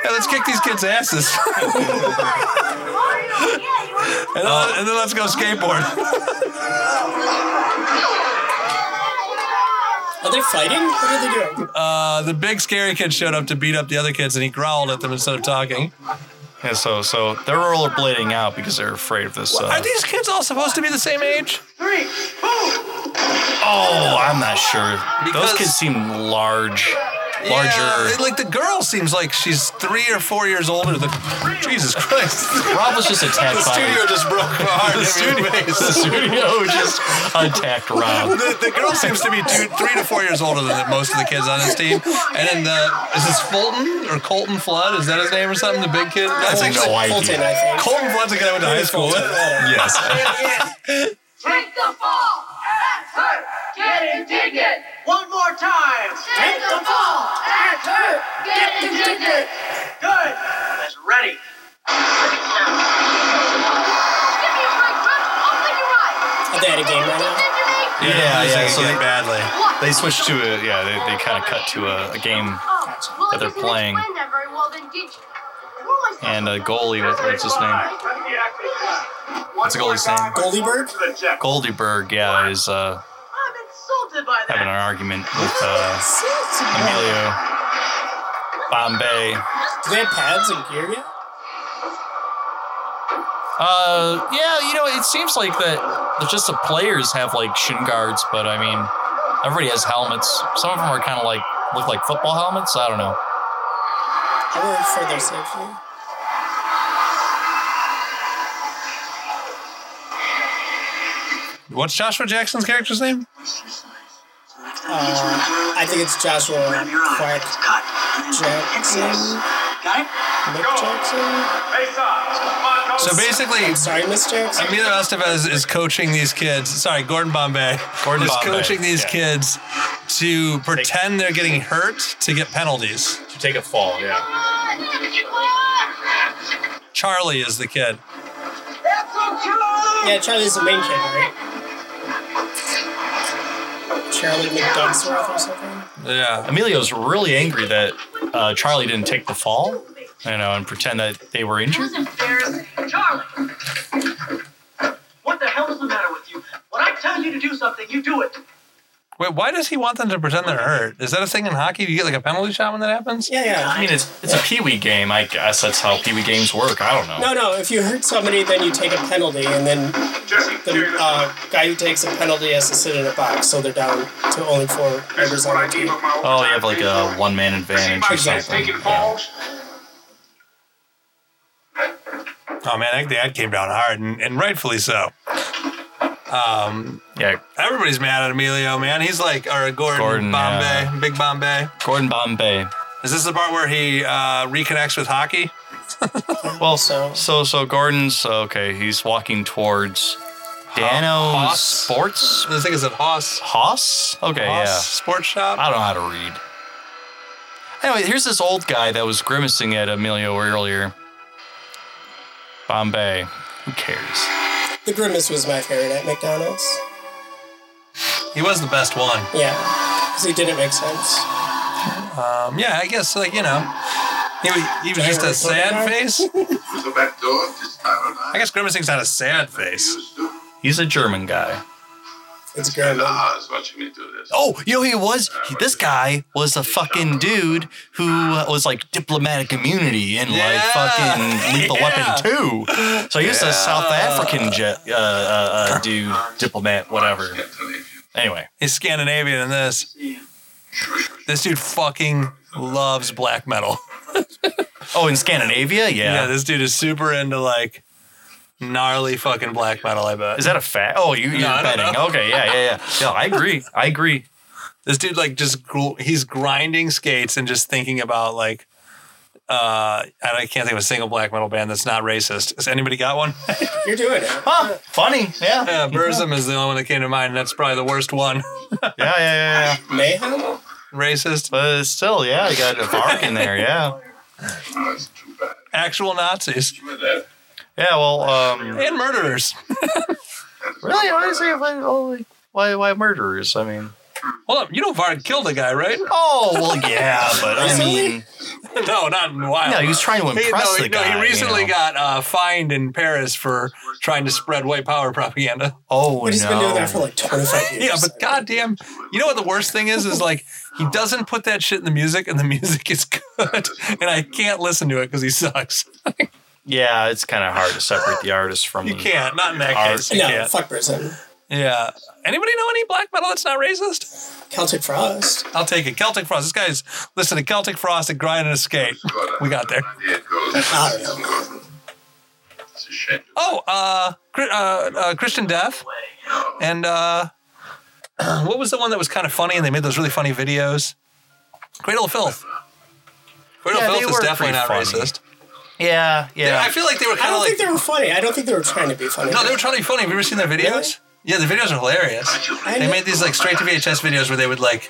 "Yeah, let's kick these kids' asses." And, then, and then let's go skateboard.
Are they fighting? What are they doing?
Uh, the big scary kid showed up to beat up the other kids, and he growled at them instead of talking.
Yeah, so so they're rollerblading out because they're afraid of this. Uh,
Are these kids all supposed to be the same age?
oh, I'm not sure.
Because-
Those kids seem large, larger.
Yeah, like the girl seems like she's three or four years older than. Jesus Christ!
Rob was just attacked by
just broke my heart.
the studio. The studio just attacked Rob.
The, the girl seems to be two, three to four years older than most of the kids on his team. And then the is this Fulton or Colton Flood? Is that his name or something? The big kid. That's
Oh,
actually
no idea.
Fulton, I think.
Colton Flood's a guy I went to high school with.
Yes.
Take the fall. Get indignant.
One more time.
Take the fall. At her. Get indignant.
Good. That's ready.
Are they at a game right now?
Yeah, Yeah,
losing
yeah. So they
again badly.
They switched to a yeah. They, they kind of cut to a, a game
Oh, Well,
that they're playing.
that very well, then did you? Who is that?
and a goalie. What, what's his
"Oh,
name? What's the goalie's name?
Goldieberg?
Goldieberg. Yeah, is uh,
I'm insulted by
having an argument with uh, Emilio Bombay.
Do they have pads and gear yet?
Uh, yeah, you know, it seems like that it's just the players have like shin guards, but I mean, everybody has helmets. Some of them are kind of like look like football helmets. I don't know.
I worry for their safety.
What's Joshua Jackson's character's name?
Uh, I think it's Joshua Clark Jackson. Nick Jackson?
So basically,
I'm sorry, Miss Jackson.
Emilio Estevez is coaching these kids. Sorry, Gordon Bombay.
Gordon
is
Bombay,
coaching these
yeah.
kids to pretend they're getting hurt to get penalties.
To take a fall, yeah.
Charlie is the kid.
Yeah, Charlie's the main kid, right? Charlie McDucksworth or something?
Yeah.
Emilio's really angry that uh, Charlie didn't take the fall, you know, and pretend that they were
That
injured.
was embarrassing. Charlie! What the hell is the matter with you? When I tell you to do something, you do it.
Wait, why does he want them to pretend they're hurt? Is that a thing in hockey? Do you get like a penalty shot when that happens?
Yeah, yeah.
I mean, it's it's a peewee game. I guess that's how peewee games work. I don't know.
No, no. If you hurt somebody, then you take a penalty, and then the uh, guy who takes a penalty has to sit in a box, so they're down to only four members on the team.
Oh, you have like a one man advantage or something. Yeah.
Oh man, that, that came down hard, and, and rightfully so.
yeah,
Everybody's mad at Emilio, man. He's like, or Gordon,
Gordon,
Bombay,
yeah.
Big Bombay.
Gordon Bombay.
Is this the part where he uh, reconnects with hockey?
Well,
So-
so so so Gordon's okay. He's walking towards Dano
Haas?
Sports
I think it's at Haas.
Haas. Okay,
Haas Sports Shop.
yeah. I don't know how to read. Anyway, here's this old guy that was grimacing at Emilio earlier. Bombay. Who cares?
The grimace was my favorite at McDonald's.
He was the best one.
Yeah, because he didn't make sense.
Um, yeah, I guess like you know, he, wa- he was just a sad face.
the back door this time
I guess grimacing's not a sad face.
He's a German guy.
It's grimace.
Oz ah, watching me do this.
Oh, you know who he was? He- this guy was a fucking dude who was like diplomatic immunity in like
Yeah.
fucking Lethal
Yeah.
Weapon 2. So he was a
Yeah.
South African jet, uh, uh, uh, dude, diplomat, whatever. Anyway,
He's Scandinavian in this. This dude fucking loves black metal.
oh, in Scandinavia, yeah.
Yeah, this dude is super into like gnarly fucking black metal. I bet.
is that a fact? Oh, you, you're
I don't
betting. Okay, yeah, yeah, yeah. No, I agree. I agree.
this dude like just gr- he's grinding skates and just thinking about like uh and I can't think of a single black metal band that's not racist. Has anybody got one?
You're doing it.
Huh? Funny. Yeah.
yeah, Burzum is the only one that came to mind. And that's probably the worst one.
Yeah, yeah, yeah. yeah.
Mayhem?
racist,
But still, yeah, you got a bark in there, yeah.
Ah,
actual Nazis
Yeah, well, um,
and murderers.
Really? Honestly, if I, oh, like, why why murderers? I mean.
Hold up, you know Varg killed a guy, right?
Oh well, yeah, but I mean,
no, not in wild.
no, he was trying to
He-
impress
no,
the
no,
guy.
he recently
you know?
got uh, fined in Paris for trying to spread white power propaganda.
Oh
But he's
no!
been doing that for like 25 years.
Yeah, but goddamn, you know what the worst thing is? Is like he doesn't put that shit in the music, and the music is good, and I can't listen to it because he sucks.
yeah, it's kind of hard to separate the artist from.
You
the-
can't, not in that
Hmm. Art.
case. You
No,
can't.
fuck Burzum.
Yeah. Anybody know any black metal that's not racist?
Celtic Frost.
I'll take it. Celtic Frost. This guy's listen to Celtic Frost and grind and escape.
uh,
We got there.
I don't know.
Oh, uh, Chri- uh, uh Christian Death, and uh, what was the one that was kind of funny, and they made those really funny videos? Cradle of Filth. Cradle
Yeah,
of
they
Filth is
were
definitely
pretty
not
funny.
racist.
Yeah, yeah.
I feel like they were
I
kind of
don't
like
think they were funny. I don't think they were trying to be funny.
No, they were trying to be funny. Have you ever seen their videos?
Really?
Yeah, the videos are hilarious.
I
They
know.
made these like straight to VHS videos where they would like,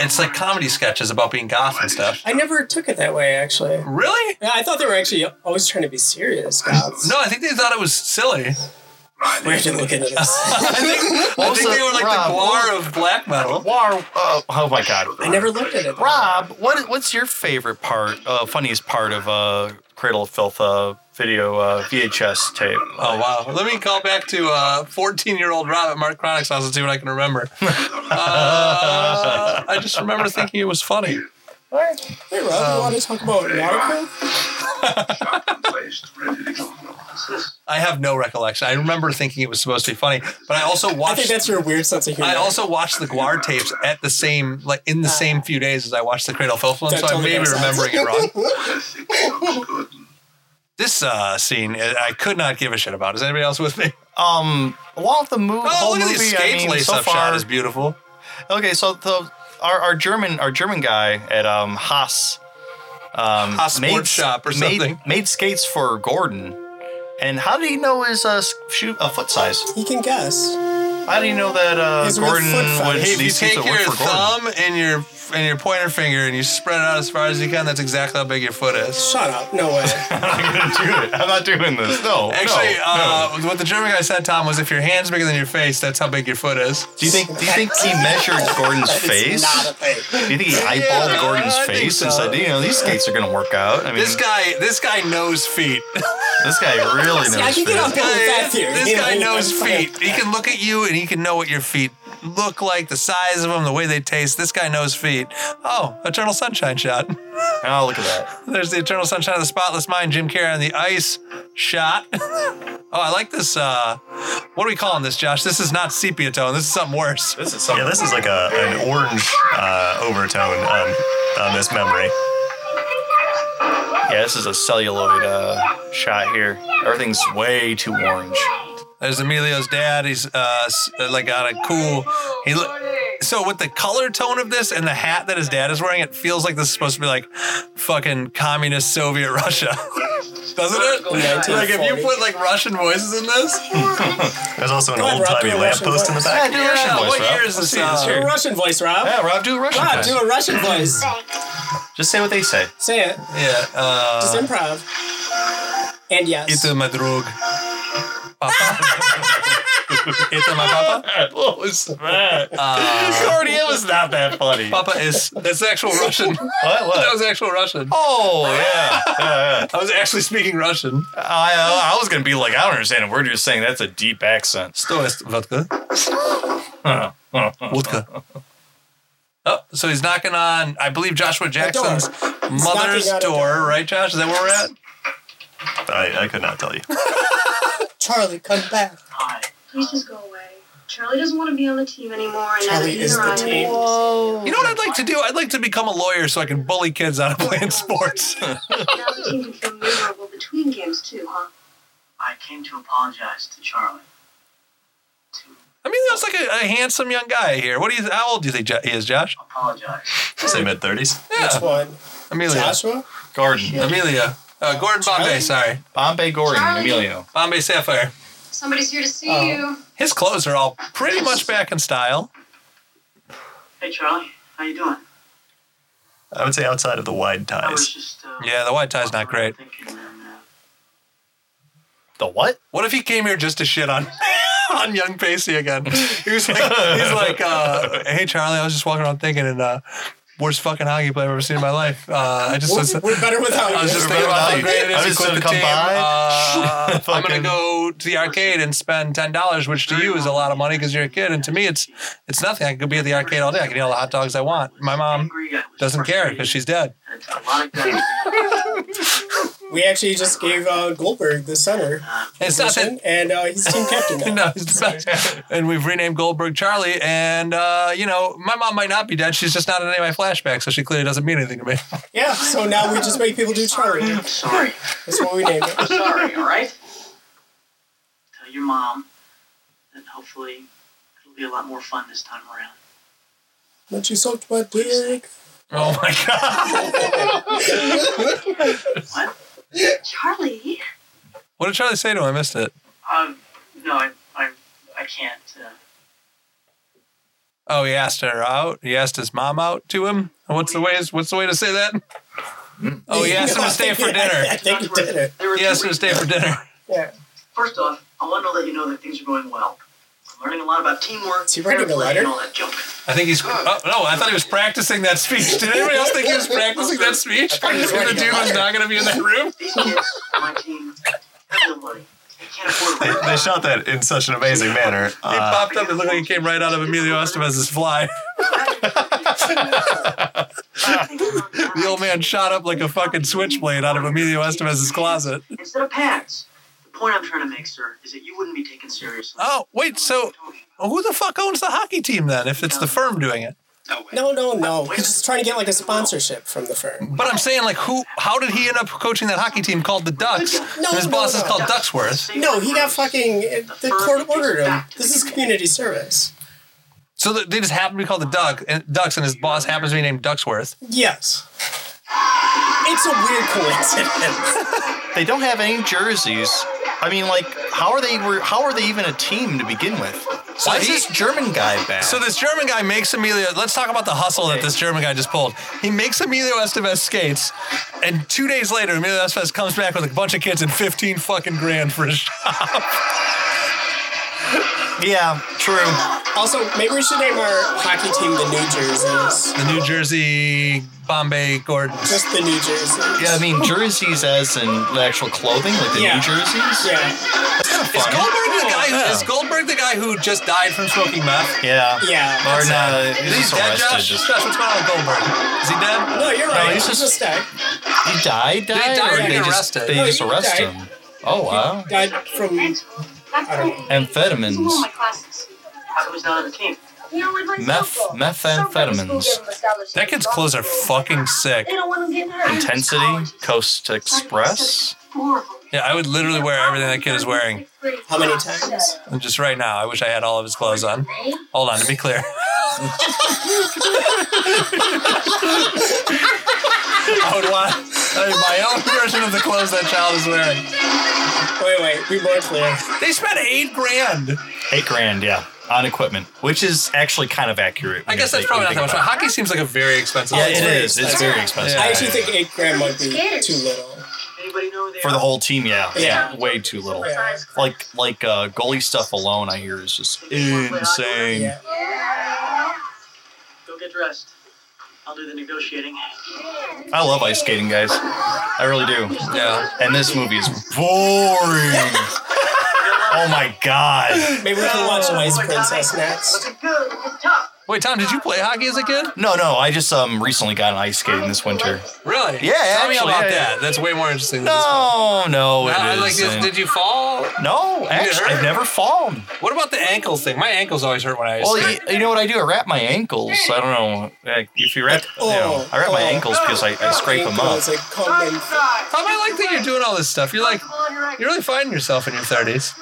it's like comedy sketches about being goth and stuff.
I never took it that way, actually.
Really?
Yeah, I thought they were actually always trying to be serious. Guys.
No, I think they thought it was silly.
We have to look into this.
I think, I think
Also,
they were like
Rob,
the Guar of black metal.
War. Uh, oh my God.
I never looked at it.
Rob, what what's your favorite part? Uh, funniest part of uh, Cradle of Filth uh, video uh, VHS tape?
Oh wow! Let me call back to uh, fourteen-year-old Rob at Mark Chronic's house and see what I can remember. Uh, I just remember thinking it was funny.
Hey, Rob, you
Um,
want to talk about Waterproof?
Placed, ready to go.
I have no recollection. I remember thinking it was supposed to be funny, but I also
I think
watched.
that's your weird sense of humor.
I also watched the Guar tapes at the same, like in the same few days as I watched the Cradle of Filth one,
Uh. That
so I
totally
may be
makes sense.
remembering it wrong.
Good.
This uh, scene, uh, I could not give a shit about. Is anybody else with me?
Um, along with the mo-
Oh,
whole
look
movie,
at the
I
escape
mean,
lace
so
up
far, mm,
shot is beautiful.
okay. So the our, our German our German guy at um Haas um
Haas Sports Shop or something.
made, made skates for Gordon. And how did he know his uh, s- shoe uh, foot size?
You can guess.
How do you know that uh,
His
Gordon
foot size.
would
Hey,
If you
these
take
skates would work
your
for Gordon?
thumb and your and your pointer finger and you spread it out as far as you can, that's exactly how big your foot is.
Shut up. No way.
I'm not gonna do it. I'm not doing this. No.
Actually,
no, no.
uh, what the German guy said, Tom, was if your hand's bigger than your face, that's how big your foot is.
Do you think? Do you think he measured Gordon's face?
It's not a thing.
do you think he eyeballed
Yeah,
Gordon's
I think
face and
so.
said, "You know, these skates are gonna work out"? I mean,
This
this guy,
guy, this guy knows feet.
really knows.
See, I can get
face.
on board with that theory.
this
You know,
guy knows
that's
feet.
fine.
He can look at you and he can know what your feet look like, the size of them, the way they taste. This guy knows feet. Oh, Eternal Sunshine shot.
Oh, look at that.
There's the Eternal Sunshine of the Spotless Mind, Jim Carrey on the ice shot. oh, I like this. Uh, what are we calling this, Josh? This is not sepia tone. This is something worse.
This is something.
Yeah, this is like a, an orange uh, overtone on, on this memory.
yeah, this is a celluloid uh, shot here. Everything's way too orange.
There's Emilio's dad. He's uh, s- like on a cool. He look. So with the color tone of this and the hat that his dad is wearing, it feels like this is supposed to be like fucking communist Soviet Russia, doesn't it? Like if you put like Russian voices in this,
There's also an
Come on,
old
Rob,
timey
do a
lamp
Russian
post in the
voice.
back.
do a
yeah,
voice,
what
Rob.
year is this?
Let's
Do
Uh,
a Russian voice, Rob.
Yeah, Rob, do a Russian
Rob,
voice.
do a Russian voice.
Just say what they say.
Say it.
yeah. Uh,
Just improv. And yes.
It's my drug. Papa. It's my papa.
what was that? Cordy, it was not that funny. What?
Papa is that's actual Russian. That
What?
was actual Russian.
Oh yeah.
I was actually speaking Russian.
I, I was gonna be like, I don't understand a word you're saying. That's a deep accent.
Что есть водка? Водка. Oh, so he's knocking on, I believe, Joshua Jackson's mother's
knocking on a
door, right, Josh? Is that where we're at?
I, I could not tell you.
Charlie, come back.
Please just go away. Charlie doesn't want to be on the team anymore, and neither
Charlie is
either
the
I
team.
am.
You know what I'd like to do? I'd like to become a lawyer so I can bully kids out of playing sports.
Now the team can feel miserable between games too, huh?
I came to apologize to Charlie. To
I mean, that's like a, a handsome young guy here. What do you? How old do you think Jo- he is, Josh?
apologize.
Say mid 30s.
Which one?
Amelia.
Joshua?
Gordon,
Amelia. Uh, Gordon Bombay, sorry.
Bombay Gordon,
Charlie.
Emilio.
Bombay Sapphire.
Somebody's here to see
Oh.
you.
His clothes are all pretty much back in style.
Hey Charlie, how you doing?
I would say outside of the wide
I was
ties.
just. Uh,
Yeah, the white tie's not great.
Thinking, and, uh,
The what?
What if he came here just to shit on on young Pacey again? He was like, he's like, uh, hey Charlie, I was just walking around thinking, and uh, worst fucking hockey player I've ever seen in my life. Uh, I just was.
We're, we're better without you.
I was just thinking about how great it is.
I
to
was
quit
gonna
the
come
team.
by.
Uh, I'm gonna
Fucking-
go to the arcade and spend ten dollars, which to you is a lot of money because you're a kid, and to me it's it's nothing. I could be at the arcade all day. I can eat all the hot dogs I want. My mom
angry, I was
doesn't care
frustrated,
because she's dead.
and A lot of guys.
we actually just gave uh, Goldberg the center
uh,
It's not that
position, and uh, he's team captain now.
No, he's the best. And we've renamed Goldberg Charlie. And, uh, you know, my mom might not be dead. She's just not in any of my flashbacks. So she clearly doesn't mean anything to me.
Yeah, so now we just make people do Charlie.
I'm sorry.
That's what we named it.
sorry, all right? Tell your mom that hopefully it'll be a lot more fun this time around.
But you sucked my dick.
Oh, my God.
Charlie?
What did Charlie say to him? I missed it.
Um, no, I, I, I can't. Uh,
Oh, he asked her out. He asked his mom out to him. What's the ways? What's the way to say that? Oh, he asked him to stay for
I
dinner.
think he did it.
there were
He
two
asked him to stay
ways-
for dinner.
Yeah.
First off, I want to let you know that things are going well. I'm learning a lot about teamwork,
Is he writing a
fair play,
letter?
and all that junk.
I think he's. Oh, no, I thought he was practicing that speech. Did anybody else think he was practicing that speech?
he was
the
writing a
dude was
letter.
not going to be in that room.
These kids, on my team, have no money. They can't afford
They,
to
they shot that in such an amazing manner.
He
Uh,
popped up and looked like he came right out of Emilio Estevez's fly. The old man shot up like a fucking switchblade out of Emilio Estevez's closet.
Instead of pants. The point I'm trying to make, sir, is that you wouldn't be taken seriously.
Oh, wait, so who the fuck owns the hockey team then if it's the firm doing it?
No, no, no. He's just trying to get like a sponsorship from the firm.
But I'm saying, like, who? How did he end up coaching that hockey team called the Ducks?
No,
and his
no,
boss is
no.
called Ducksworth.
No, he got fucking. uh, The court ordered him. This is community service.
So th- they just happen to be called the Duck and Ducks, and his boss happens to be named Ducksworth.
Yes. It's a weird coincidence.
They don't have any jerseys. I mean, like, how are they? were- How are they even a team to begin with? Why is
he-
this German guy back?
So this German guy makes Emilio. Let's talk about the hustle that this German guy just pulled. He makes Emilio Estevez skates, and two days later, Emilio Estevez comes back with a bunch of kids and 15 fucking grand for his shot.
yeah, true.
Also, maybe we should name our hockey team the New Jerseys.
The New Jersey Bombay Gordons.
Just the New Jerseys.
Yeah, I mean jerseys as in the actual clothing, like the
Yeah.
new jerseys.
Yeah.
Is Goldberg the guy? Who, is Goldberg the guy who just died from smoking meth?
Yeah.
Yeah.
Or no,
Is
he's
he
just
dead,
arrested.
Josh?
Just,
Josh, what's going on with Goldberg? Is he dead?
No, you're right.
No,
he's
he's
just,
just-
died.
he died. died
died
or
and
they
got
just,
arrested.
They
No,
just
he
arrest
died.
him. Oh wow.
Died from.
Amphetamines.
How come he's not on the team?
Meth, methamphetamines.
That kid's clothes are fucking sick.
Intensity, Coast Express.
Yeah, I would literally wear everything that kid is wearing.
How many times?
And just right now, I wish I had all of his clothes on. Hold on, to be clear. I would want I mean, my own version of the clothes that child is wearing.
Wait, wait. Be more clear.
They spent eight grand.
Eight grand, yeah, on equipment, which is actually kind of accurate.
I guess that's probably not that much. But hockey seems like a very expensive.
Yeah,
sport.
it is. It's very expensive
I actually think eight grand might be too little.
Anybody know where they
for the
are?
whole team. Yeah,
Yeah.
way too little.
Yeah.
Like like uh, goalie stuff alone, I hear is just insane.
Yeah.
Go get dressed. I'll do the negotiating.
I love ice skating, guys. I really do.
Yeah.
And this movie is boring. oh my god.
Maybe we can watch Ice Princess next.
Looking good. Tough.
Wait, Tom, did you play hockey as a kid?
No, no, I just um recently got an ice skating this winter.
Really?
Yeah,
Tell me
actually,
about
yeah, yeah.
that. That's way more interesting. Than this one.
No, no, it
I like this.
isn't.
Did you fall?
no, actually,
hurt?
I've never fallen.
What about the ankle thing? My ankles always hurt when I
Well,
skate.
y- you know what I do? I wrap my ankles. I don't know like, if you wrap. you know, I wrap my
Oh, oh.
ankles because I, I scrape them up.
Ankles, a common thing.
Tom, I like that you're doing all this stuff. You're like, you're really finding yourself in your 30s.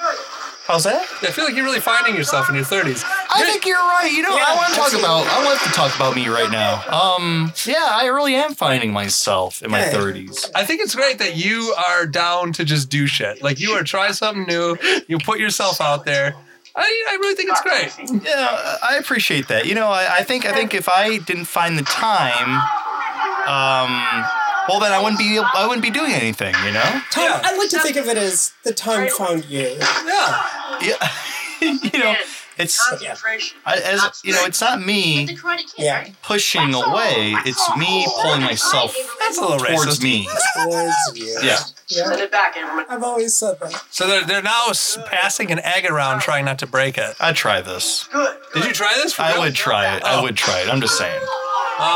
How's that?
I feel like you're really finding yourself in your 30s.
I think you're right. You know, I want to talk about. I want to talk about me right now. Um, yeah, I really am finding myself in my
Good.
thirties.
I think it's great that you are down to just do shit. Like you are try something new. You put yourself out there. I, I really think it's great.
Yeah, I appreciate that. You know, I, I think I think if I didn't find the time, um, well then I wouldn't be I wouldn't be doing anything. You know.
Tom,
Yeah.
I like to think of it as the time found you.
Yeah.
Yeah. you know, it's
Concentration.
I, as you know, it's not me.
Yeah.
pushing away. It's me pulling myself
That's a little
towards
racist.
me.
Towards you.
Yeah.
Send
Yeah.
it back, everyone.
I've always said that.
So they're, they're now s- passing an egg around trying not to break it.
I'd try this.
Good.
Did you try this? For
I
real?
would try it. I would try it. I'm just saying.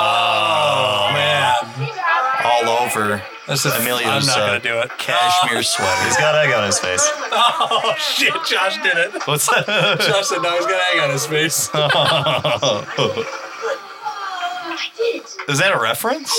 Oh, man.
All over
That's a,
Emilio's,
I'm not
uh,
going to do it.
cashmere
he's
sweater.
got egg on his face.
Oh, shit. Josh did it.
What's that?
Josh said, no, he's got egg on his face.
Is that a reference?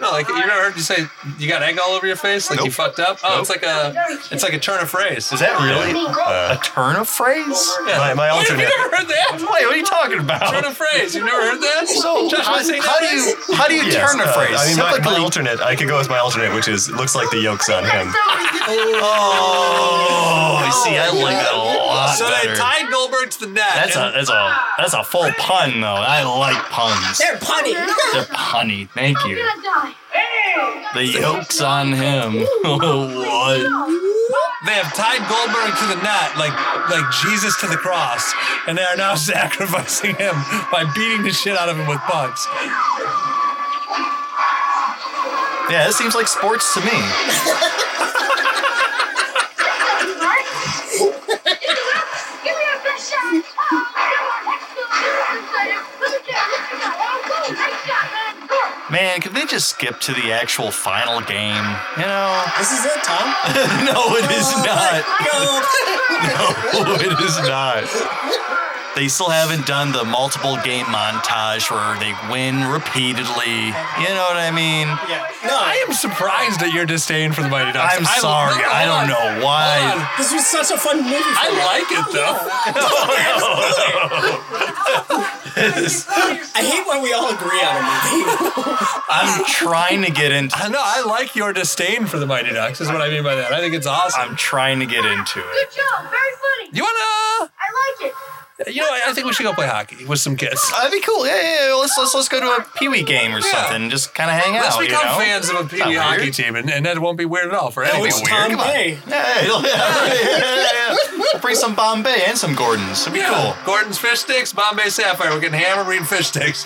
No, like you never heard you say you got egg all over your face, like you
Nope.
fucked up. Oh, it's like a, it's like a turn of phrase.
Is that really a
Uh,
turn of phrase?
Yeah.
my, my
Wait, have you
alternate.
never heard that?
Wait, what are you talking
Turn
about?
of phrase. You've never heard that?
So
Josh,
how,
wanna say
how do
that?
you how do you
Yes,
turn a
uh,
phrase?
I mean, my, my
Typically-
alternate. I could go with my alternate, which is looks like the yolk's on him.
oh, I see. I like that a lot
So they
better.
tied Goldberg to the net.
That's a
and-
that's a that's a full pun though. I like puns.
They're punning.
They're punny. Thank you.
die.
The yolk's on him. what?
they have tied Goldberg to the net like like Jesus to the cross, and they are now sacrificing him by beating the shit out of him with pucks.
Yeah, this seems like sports to me. Man, could they just skip to the actual final game? You know?
This is it, Tom.
No, it is not.
Go.
No, it is not. They still haven't done the multiple game montage where they win repeatedly. You know what I mean?
yeah.
No,
No,
I am surprised at your disdain for the Mighty Ducks.
I'm
I-
sorry.
no,
I don't
hold on.
know why.
Hold on.
this was such a fun movie. For
I
me. Oh,
like it though.
I hate when we all agree on a movie.
I'm trying to get into.
I know I like your disdain for the Mighty Ducks. Is what I mean by that. I think it's awesome.
I'm trying to get into it.
job. Very funny.
You wanna?
I like it.
You know, I think we should go play hockey with some kids.
That'd be cool. Yeah, yeah. yeah. Let's let's let's go to a pee wee game or
Yeah.
something. and Just kind of hang
Let's
out.
become
you know?
fans of a
Not
Pee Wee
weird.
hockey team, and, and that won't be weird at all for anyone.
it's Tom Bay.
Yeah, yeah, yeah, yeah, yeah. We'll bring some Bombay and some Gordons. It'd be
Yeah.
cool.
Gordon's fish sticks, Bombay Sapphire. We're getting hammered reading fish sticks.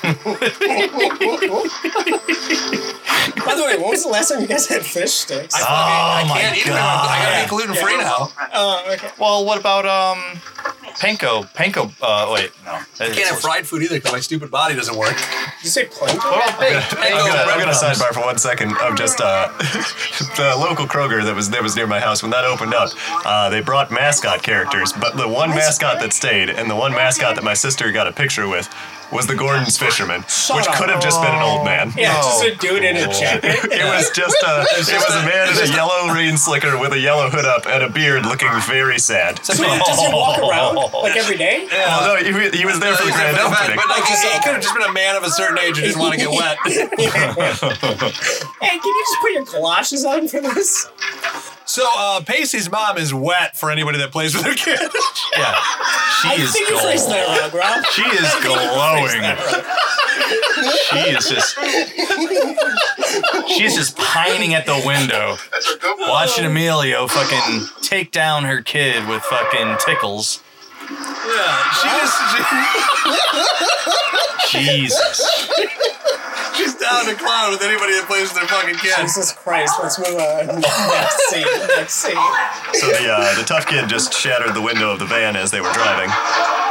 By the way, when was the last time you guys had fish sticks?
Oh
I
my
can't eat them. I gotta be
god.
gluten free now.
Oh, okay.
Well, what about um, panko? Panko? Uh, wait, no.
I can't have fried food either because my stupid body doesn't work.
Did you say plankton?
What about baked?
I'm
Oh,
gonna, I'm gonna
breadcrumbs.
sidebar for one second of just uh, the local Kroger that was that was near my house when that opened up. Uh, they brought mascot characters, but the one mascot that stayed and the one mascot that my sister got a picture with was the Gordon's fisherman, which
up.
could have just been an old man.
Yeah, it's just
No.
a dude in a jacket.
It was just a it was a man in a yellow rain slicker with a yellow hood up and a beard, looking very sad.
So he- Does he walk around like every day?
Oh no, he, he was there for the grand opening.
But like you said, it could have just been a man of a certain age who didn't want to get wet.
Hey, can you just put your galoshes on for this?
So uh, Pacey's mom is wet for anybody that plays with her kid.
Yeah, she
I
is
think you phrased
gold.
that wrong, Rob.
She is glowing. she is just. She's just pining at the window,
That's a good one.
watching Emilio fucking take down her kid with fucking tickles.
yeah, she just she,
Jesus.
she's down to clown with anybody that plays with their fucking kid.
Jesus Christ, let's move on. Next scene. Next scene.
So the uh, the tough kid just shattered the window of the van as they were driving.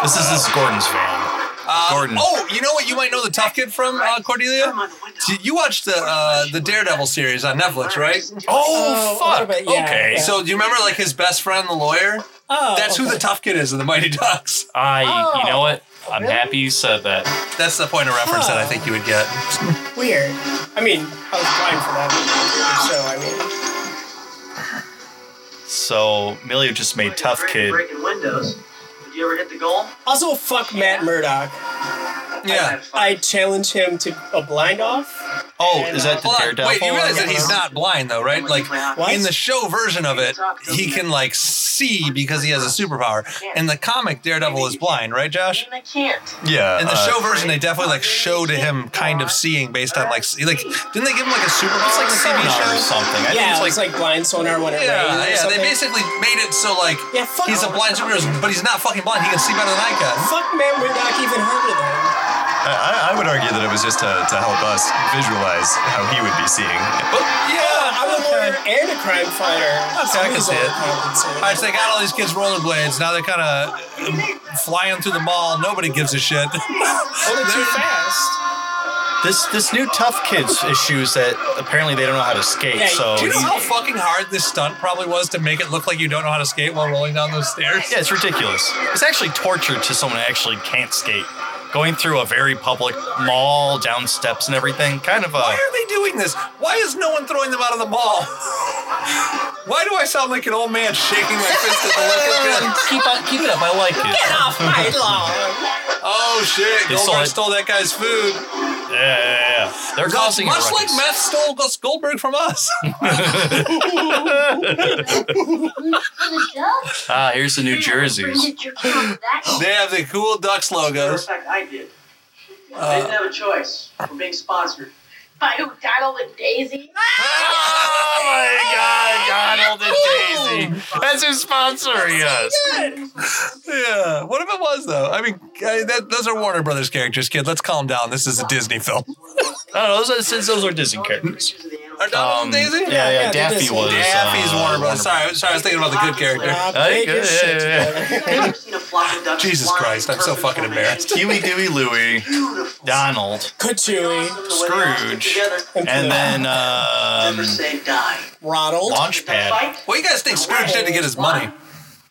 This is this is Gordon's van. Gordon.
Oh, you know what? You might know the tough kid from uh, Cordelia.
Come on the window.
So you watched the uh, the Daredevil series on Netflix, right?
Oh, fuck. Bit, yeah,
Okay,
yeah.
So do you remember like his best friend, the lawyer?
oh,
That's who the tough kid is in the Mighty Ducks.
I. You know
Oh,
what? I'm happy you said that.
That's the point of reference that I think you would get.
Weird. I mean, I was blind for that. So, I mean,
So Emilio just made tough
Breaking-
kid.
Breaking windows. Did you ever hit the goal?
also fuck Matt Murdock.
Yeah.
I challenge him to a blind off.
Oh, is that the
Hold on.
Daredevil?
Wait, you realize
one?
that he's not blind though, right? Like
What?
in the show version of it, he can like see because he has a superpower. In the comic, Daredevil is blind, right, Josh?
And they can't.
Yeah.
In the
uh,
show version, they definitely like showed him kind of seeing based on like s- like didn't they give him like a superpower like
Sonar
TV show?
or something. I
yeah,
think
it's like blind sonar when it rains.
Yeah,
or
yeah. They
something.
basically made it so like
Yeah, fuck-
he's a blind superhero, but he's not fucking blind. He can see better than I can.
Fuck Matt Murdock even harder
I, I- I would argue that it was just to, to help us visualize how he would be seeing.
But yeah,
though. I'm a lawyer and a crime fighter.
Okay, I can see it. All right,
it.
so they got all these kids rollerblades. Now they're kind of flying through the mall. Nobody gives a shit.
Only too fast.
this this new tough kids issue is that apparently they don't know how to skate.
Yeah,
so
Do you know
he's-
how fucking hard this stunt probably was to make it look like you don't know how to skate while rolling down those stairs?
yeah, it's ridiculous. It's actually torture to someone who actually can't skate. Going through a very public mall, down steps and everything, kind of
Why
a.
are they doing this? Why is no one throwing them out of the mall? Why do I sound like an old man shaking my fist at the liquor gun?
keep on, keep it up. I like it.
off my lawn.
Oh shit!
They saw
Goldberg
it.
stole that guy's food.
Yeah, yeah, yeah. They're causing a
Much like
ruckus.
Meth stole Gus Goldberg from us.
Ah, here's the New Jerseys.
Jerseys.
they have the cool Ducks
Matter of
logos.
fact, I did. I didn't have a choice. We're being sponsored.
By who? Donald and Daisy?
Oh
my God, Donald and Daisy. That's who's sponsoring us.
Yeah. What if it was though? I mean, I, that, those are Warner Brothers characters, kid. Let's calm down. This is a Disney film.
I don't know. Those are, since those are Disney characters.
Are Donald
Um,
and Daisy?
Yeah, yeah.
yeah,
Daffy
Disney.
was.
Daffy's
uh,
Warner Brothers. Sorry, I was- sorry, I was thinking about the good character.
Rob,
I think-
take your
yeah,
shit
yeah,
together.
Jesus Christ, I'm so fucking embarrassed.
Huey, Dewey, Louie,
Beautiful.
Donald,
Katui,
Scrooge,
and,
and then um,
Never say die.
Ronald.
Launchpad.
What do you guys think Scrooge did to get his money?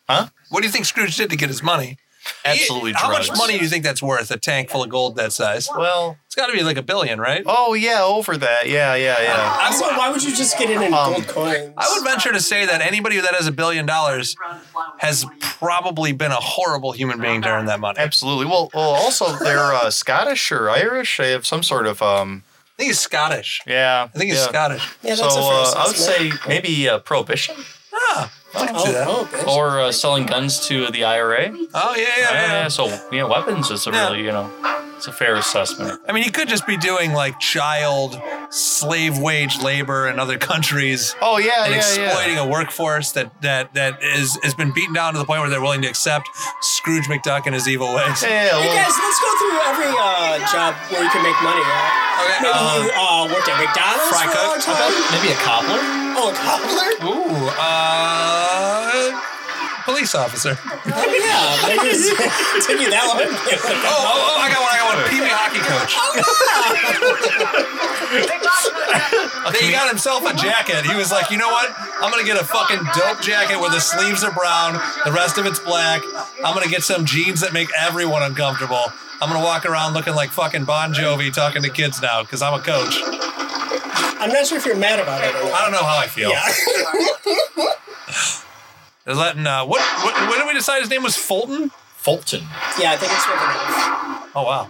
Huh?
What do you think Scrooge did to get his money?
Absolutely
How
drugs.
much money do you think that's worth? A tank full of gold that size?
Well,
It's got to be like a billion, right?
oh yeah, over that. Yeah, yeah,
Ah.
yeah.
Also, why would you just get it in gold coins?
I would venture to say that anybody that has a billion dollars has probably been a horrible human being to earn that money. I
Absolutely. Well, well also they're uh, Scottish or Irish. They have some sort of um.
think he's Scottish.
Yeah.
I think he's
yeah.
Scottish.
Yeah,
So
that's a fair
uh, I would
assessment.
say maybe uh, prohibition
Ah, I can see that.
Oh, oh, bitch.
or uh, selling guns to the IRA.
Oh, yeah, yeah, yeah.
Yeah, so you know, weapons is a
Yeah.
really you know, it's a fair assessment.
I mean, he could just be doing like child slave wage labor in other countries.
Oh yeah,
and exploiting a workforce that that that is has been beaten down to the point where they're willing to accept Scrooge McDuck and his evil ways. Okay,
Yeah,
Hey guys, let's go through every uh, job where you can make money. Right? Maybe
um,
you uh, worked at McDonald's
fry
for a long
cook.
time.
maybe a cobbler.
Oh, a cobbler?
ooh, uh, police officer. Oh,
Yeah, maybe it's- took you that long.
oh, oh, I got one. I got one. PB hockey coach. He got himself a jacket. He was like, you know what? I'm gonna get a fucking dope jacket where the sleeves are brown, the rest of it's black. I'm gonna get some jeans that make everyone uncomfortable. I'm gonna walk around looking like fucking Bon Jovi talking to kids now because I'm a coach.
I'm not sure if you're mad about it or
I
not.
don't know how I feel.
Yeah.
They're letting uh, what, what? When did we decide his name was Fulton?
Fulton.
yeah, I think it's worth it.
Oh wow!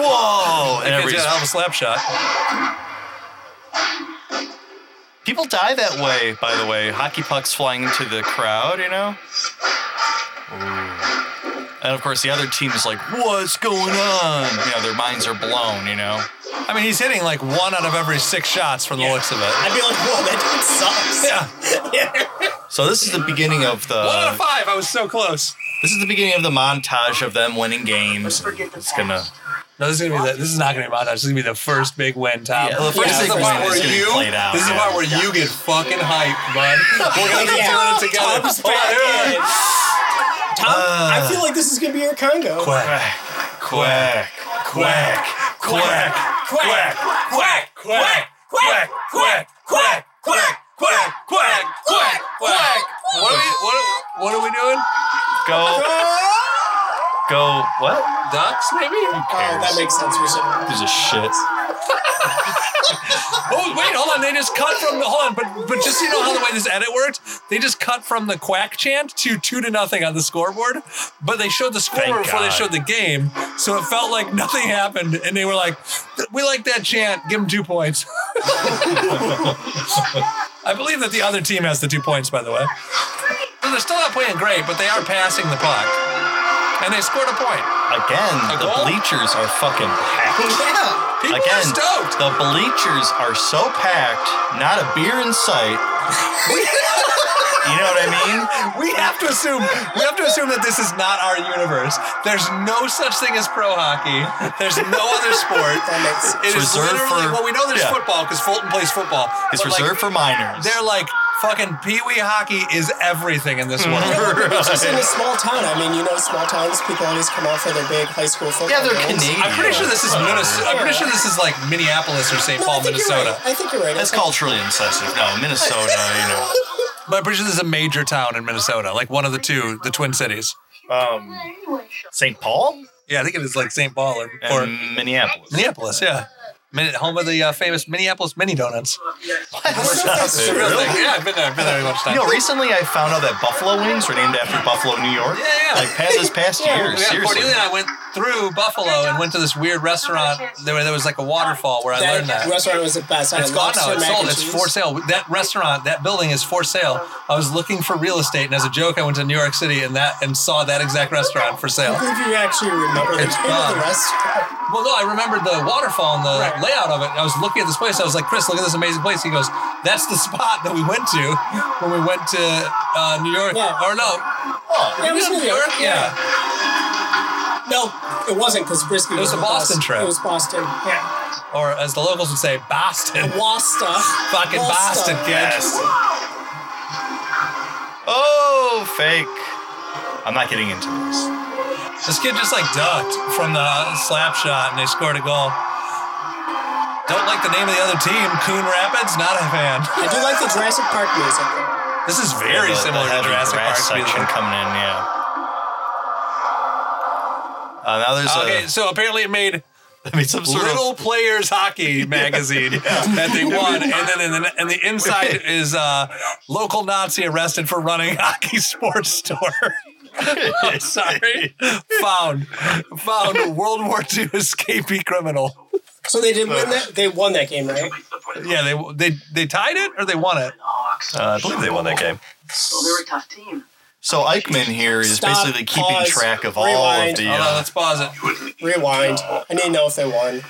Whoa! And
That kid's got a
everybody's-
hell of a slap shot.
people die that way. By the way, hockey pucks flying into the crowd. You know. And of course, the other team is like, "What's going on?" You know, their minds are blown. You know.
I mean, he's hitting like one out of every six shots from the looks of it.
I'd be like, whoa, that dude sucks.
Yeah,
So this is the beginning of
one out
the
of five. I was so close.
this is the beginning of the montage of them winning games. It's gonna
No, this is gonna be the, this is not gonna be my touch. This is gonna be the first big win, Tom.
Yeah, the first
this is
big
the
win
part
is
where
gonna be
you.
played out,
this is the
yeah.
part where you get fucking hyped, bud. We're gonna be doing it together.
Tom's
Hold on,
back
here.
in. Tom, I feel like this is going to be your Congo.
Quack,
quack
quack, quack, quack, quack, quack, quack, quack, quack, quack, quack, quack, quack, quack. What are we? What are, what are we doing?
go go what?
Ducks, maybe?
Oh, that makes sense. We should.
There's a shit.
Oh wait, hold on. They just cut from the hold on, but but just so you know how the way this edit worked, they just cut from the quack chant to two to nothing on the scoreboard. But they showed the scoreboard before they
God.
showed the game, so it felt like nothing happened, and they were like, "We like that chant. Give them two points." I believe that the other team has the two points, by the way. So they're still not playing great, but they are passing the puck, and they scored a point.
Again, the
goal?
bleachers are fucking packed.
Yeah.
People are
Again,
stoked.
the bleachers are so packed, not a beer in sight. you know what I mean?
We have to assume we have to assume that this is not our universe. There's no such thing as pro hockey. There's no other sport.
That makes
It is
reserved
literally
for-
well, we know there's
yeah.
football because Fulton plays football.
It's
but, like,
reserved for minors.
They're like fucking pee wee hockey is everything in this world.
Just in a small town. I mean, you know, small towns, people always come out for their big high school football.
yeah, they're
games.
Canadian.
I'm pretty sure this is Minnesota. I'm pretty sure this is like Minneapolis or St.
No,
Paul,
I think You're
Minnesota.
right. I think you're right.
That's
I think-
culturally insensitive. No, Minnesota, you know.
But I'm pretty sure this is a major town in Minnesota, like one of the two, the Twin Cities.
Um, St. Paul
Yeah, I think it is like St. Paul or,
and
or
Minneapolis.
Minneapolis. Yeah, Min- home of the uh, famous Minneapolis mini donuts.
I don't know if that's
It's a
true.
real thing. Yeah, I've been there. I've been there a bunch of
You
times.
know, recently I found out that Buffalo wings were named after Buffalo, New York.
Yeah, yeah.
Like past this past year,
yeah,
seriously.
Cordelia and I went through Buffalo and went to this weird restaurant. There, there was like a waterfall where I
That
learned that.
restaurant was the best. I
It's gone
lobster
now. It's
mac
sold.
and
It's
cheese.
for sale. That restaurant, that building is for sale. I was looking for real estate, and as a joke, I went to New York City and that and saw that exact restaurant for sale.
I believe you actually remember the
It's
name of the
gone.
restaurant.
Well, no, I remembered the waterfall and the
Right.
layout of it. I was looking at this place. I was like, Chris, look at this amazing place. He goes, That's the spot that we went to when we went to uh, New York.
Yeah.
Or no. Oh,
Yeah, it was New York,
Yeah.
No, it wasn't because Brisky
It was
with
a Boston
us.
trip.
It was Boston. Yeah.
Or as the locals would say, Boston.
Wasta.
Fucking Boston, kid.
Yes. Oh, fake. I'm not getting into this.
This kid just like ducked from the slap shot and they scored a goal. Don't like the name of the other team, Coon Rapids. Not a fan.
I do like the Jurassic Park music. though.
This is very
The- the
similar to
heavy
Jurassic Park.
grass section
music.
coming in, yeah. Uh, now there's
Okay,
a,
so apparently it made
I mean, some sort
Little
of
Players Hockey magazine that they won, and then in the, and the inside is uh, local Nazi arrested for running hockey sports store. I'm sorry, found found World War II escapee criminal.
So they did win that. They won that game, right?
Yeah, they they they tied it or they won it. Oh,
Hawks.
Uh, I believe they won that game.
Well, they're a tough team.
so Eichmann here is
Stop,
basically keeping
pause,
track of all
rewind.
of the.
Hold on,
Uh,
let's pause it.
Rewind. I need to know if they won.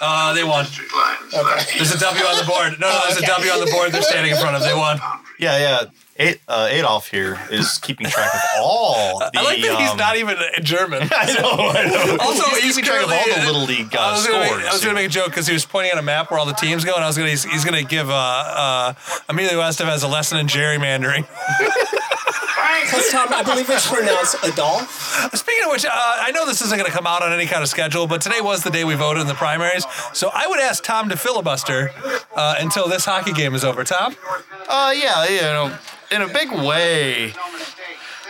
Uh, they won.
Okay.
There's a W on the board. No, no, there's a W on the board. They're standing in front of. They won.
yeah, yeah. Ad- uh, Adolf here is keeping track of all. The,
I like that he's
um,
not even German.
I know. I know.
Also, he's
he's, keeping track of all
currently-
the little league uh,
I was gonna
scores.
make- I was going to make a joke because he was pointing on a map where all the teams go, and I was going to he's going to give uh, uh, Emilio Estevez as a lesson in gerrymandering.
Plus, Tom, I believe it's pronounced Adolf.
Speaking of which, uh, I know this isn't going to come out on any kind of schedule, but today was the day we voted in the primaries, so I would ask Tom to filibuster uh, until this hockey game is over. Tom,
Uh, yeah, you know, in a big way.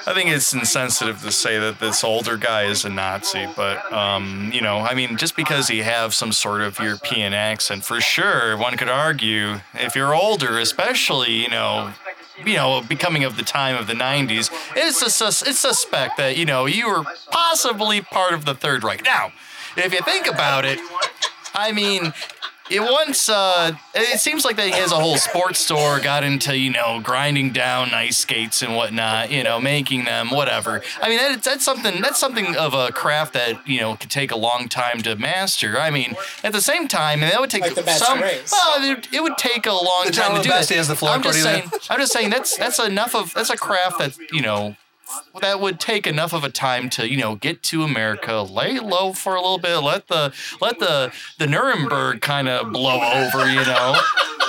I think it's insensitive to say that this older guy is a Nazi, but um, you know, I mean, just because he have some sort of European accent, for sure, one could argue if you're older, especially you know, you know, becoming of the time of the '90s, it's a sus- it's suspect that you know you were possibly part of the Third Reich. Now, if you think about it, I mean, it once uh, it seems like that he has a whole sports store, got into you know grinding down ice skates and whatnot, you know making them whatever. I mean that, that's something that's something of a craft that you know could take a long time to master. I mean at the same time, and that would take
Like the Bachelor
some.
Race.
Well, it, it would take a long
The
time
Talon
to do that.
Basti has the floor
I'm just
accordion.
saying. I'm just saying that's that's enough of that's a craft that you know that would take enough of a time to you know get to America, lay low for a little bit, let the let the the Nuremberg kind of blow over, you know,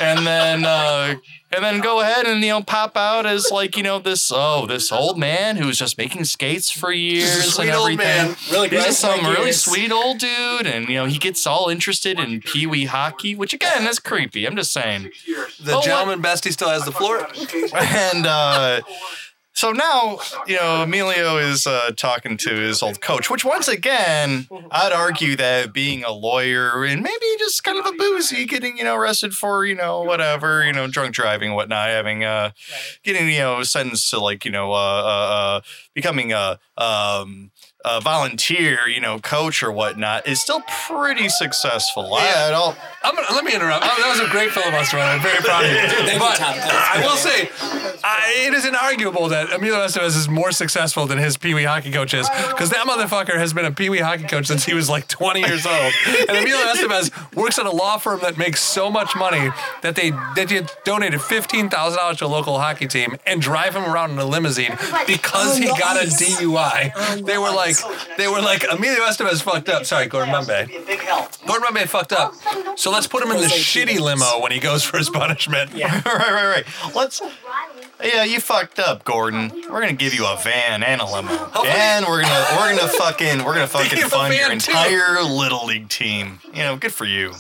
and then uh, and then go ahead and you know pop out as like you know this oh this old man who was just making skates for years
Sweet
and
old
everything.
man.
Really
He's
great.
just some
Like,
really
it's-
sweet old dude, and you know he gets all interested in pee wee hockey, which again that's creepy. I'm just saying
the
Oh,
gentleman bestie still has the floor.
and uh, so now you know Emilio is uh, talking to his old coach, which once again I'd argue that being a lawyer and maybe just kind of a boozy, getting you know arrested for you know whatever you know drunk driving whatnot, having uh, getting you know sentenced to like you know uh, uh, uh, becoming a um, a volunteer, you know, coach or whatnot is still pretty successful. I, I don't.
I'm gonna, let me interrupt. Oh, that was a great filibuster. and I'm very proud of you.
Thank you,
But
Tom. That was
I
good.
will say, I, it is inarguable that Emilio Estevez is more successful than his Pee Wee hockey coach is, because that motherfucker has been a Pee Wee hockey coach since he was like 20 years old. And Emilio Estevez works at a law firm that makes so much money that they that you donated $15,000 to a local hockey team and drive him around in a limousine because he got a DUI. They were like, they were like, Emilio Estevez fucked up. Sorry, Gordon Bombay.
Be a big help.
Gordon Bombay fucked up. So let's put him in the shitty limo when he goes for his punishment.
Yeah.
right, right, right. Let's Yeah, you fucked up, Gordon. We're gonna give you a van and a limo, and we're gonna we're gonna fucking we're gonna fucking
Give a
fund your
van, too.
entire little league team. You know, good for you.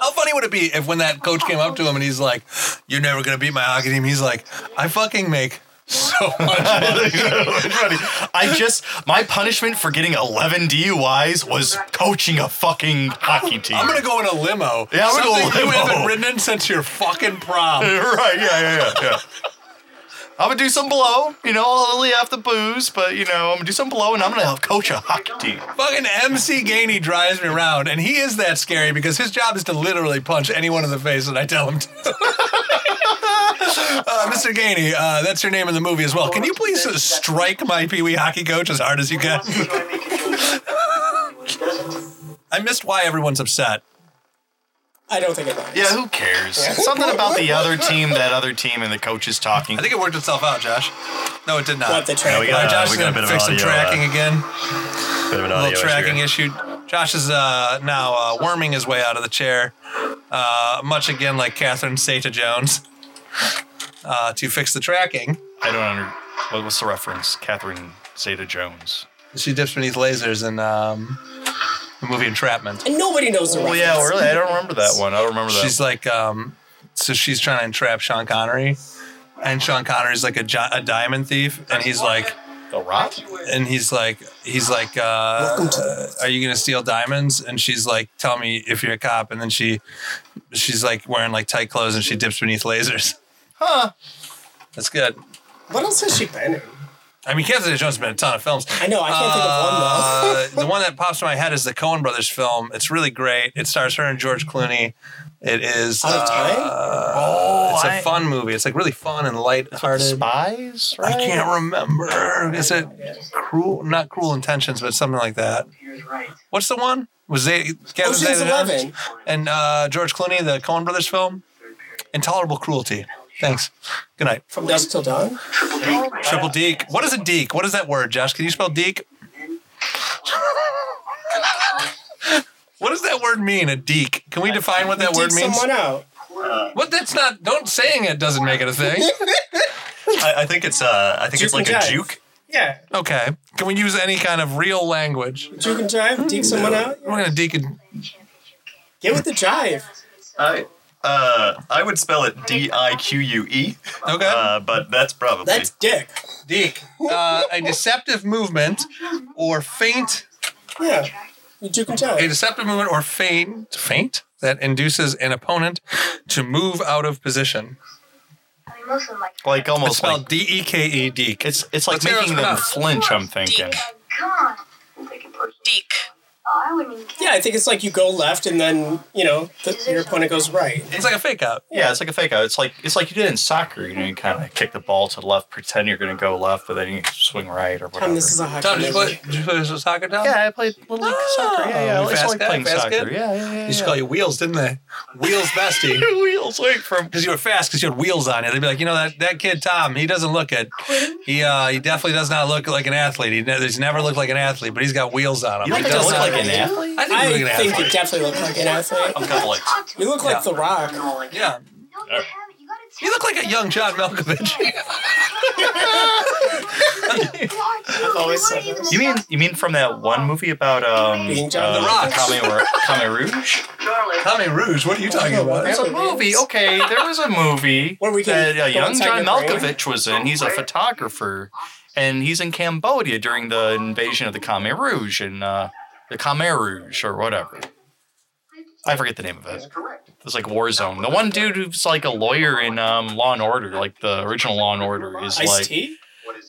How funny would it be if when that coach came up to him and he's like, You're never gonna beat my hockey team? He's like, I fucking make so much.
I just my punishment for getting eleven DUIs was coaching a fucking hockey team.
I'm gonna go in a limo.
Yeah, I'm gonna go in a
Something you
limo.
haven't ridden in since your fucking prom.
right, yeah, yeah, yeah, yeah. I'm gonna do some blow, you know, I'll lay off the booze, but you know, I'm gonna do some blow and I'm gonna help coach a hockey team.
fucking MC Gainey drives me around, and he is that scary because his job is to literally punch anyone in the face that I tell him to. uh, Mr. Gainey, uh, that's your name in the movie as well. Can you please uh, strike my Pee Wee hockey coach as hard as you can? I missed why everyone's upset.
I don't think it matters.
Yeah, who cares? Something about the other team, that other team, and the coach is talking.
I think it worked itself out, Josh. No, it did not.
What the track?
we got-
All right, Josh
we
is gonna
a bit of
fix some
audio, uh,
tracking again.
Bit of an
A
audio
little
issue
Oh, tracking
here.
issue. Josh is uh, now uh, worming his way out of the chair, uh, much again like Catherine Sata Jones, uh, to fix the tracking.
I don't under. What, what's the reference? Catherine Zeta Jones.
She dips beneath lasers in um, the movie Entrapment.
and nobody knows
Oh,
the
Well,
reference.
yeah, well, really, I don't remember that one. I don't remember that.
She's like, um, so she's trying to entrap Sean Connery, and Sean Connery's like a, gi- a diamond thief, and he's like,
the Rock.
and he's like, he's like,
Welcome
uh,
to the
are you gonna steal diamonds? And she's like, tell me if you're a cop. And then she, she's like wearing like tight clothes, and she dips beneath lasers.
Huh.
That's good.
What else has she been in?
I mean, Catherine Jones has been in a ton of films.
I know, I can't think of one though.
Uh, the one that pops to my head is the Coen Brothers film. It's really great. It stars her and George Clooney. It is.
Out of Time?
uh,
Oh,
it's a
I-
fun movie. It's like really fun and lighthearted.
Spies.
I
Right?
can't remember. Is it cruel? Not cruel intentions, but something like that.
Peter's right.
What's the one? Was they Catherine
Ocean's
Zeta-Jones?
Oh, Eleven.
and uh, George Clooney, the Coen Brothers film? Intolerable Cruelty. Thanks. Good night.
From Dusk Till Dawn.
Triple Deke. What is a Deke? What is that word, Josh? Can you spell Deke? What does that word mean? A Deke? Can we define what that word
Dig
means?
someone out.
What? That's not. Don't saying it doesn't make it a thing.
I, I think it's uh, I think
Juke
it's like
and
a
jive.
juke.
Yeah.
Okay. Can we use any kind of real language?
Juke and jive. Dig someone out.
We're gonna Deke. a-
Get with the jive.
I uh, I would spell it D I Q U E,
Okay.
uh, but that's probably
That's dick.
Deke. Uh, a deceptive movement or feint.
Yeah. You juke and jive.
A deceptive movement or feint. Feint that induces an opponent to move out of position.
Like
It's
almost like
spelled D E K E Deke.
it's it's like
Let's hear
making
what's
them
going on.
flinch. I'm thinking.
God.
Deke.
Yeah, I think it's like you go left and then, you know, the, your opponent goes right.
It's like a fake out.
Yeah, it's like a fake out. It's like it's like you did in soccer. You know, you kind of kick the ball to the left, pretend you're going to go left, but then you swing right or whatever.
Tom, this is a hockey
Tom, did you
movie.
play, did you play soccer, Tom?
yeah, I played little league soccer. Yeah, yeah,
Oh,
I always
fast
liked
guy,
playing
fast
soccer.
kid?
Yeah, yeah, yeah.
They used to call you Wheels, didn't they? Wheels Bestie.
your wheels wait from.
Because you were fast, because you had wheels on you. They'd be like, you know, that, that kid Tom, he doesn't look good. He uh, he definitely does not look like an athlete. He ne- he's never looked like an athlete, but he's got wheels on him.
You
He
think I
does
look
not-
like an athlete?
I think
I
you look like an
think you
athlete.
definitely look like an athlete.
I'm kind of like
You look like
Yeah.
The Rock.
Like,
Yeah. You look like a young John Malkovich.
I've always said this.
you mean you mean from that one movie about um
Being John the
uh,
Rock.
Khmer Rouge- Khmer Rouge?
Charlie,
Tommy Rouge, what are you talking about?
There's a movie. Okay, there was a movie
Where we can
that a
go
young
inside
John
your brain.
Malkovich was in. He's a photographer, and he's in Cambodia during the invasion of the Khmer Rouge and uh, the Khmer Rouge or whatever. I forget the name of it. It's like War Zone. The one dude who's like a lawyer in um, Law and Order, like the original Law and Order, is
Ice
like
tea?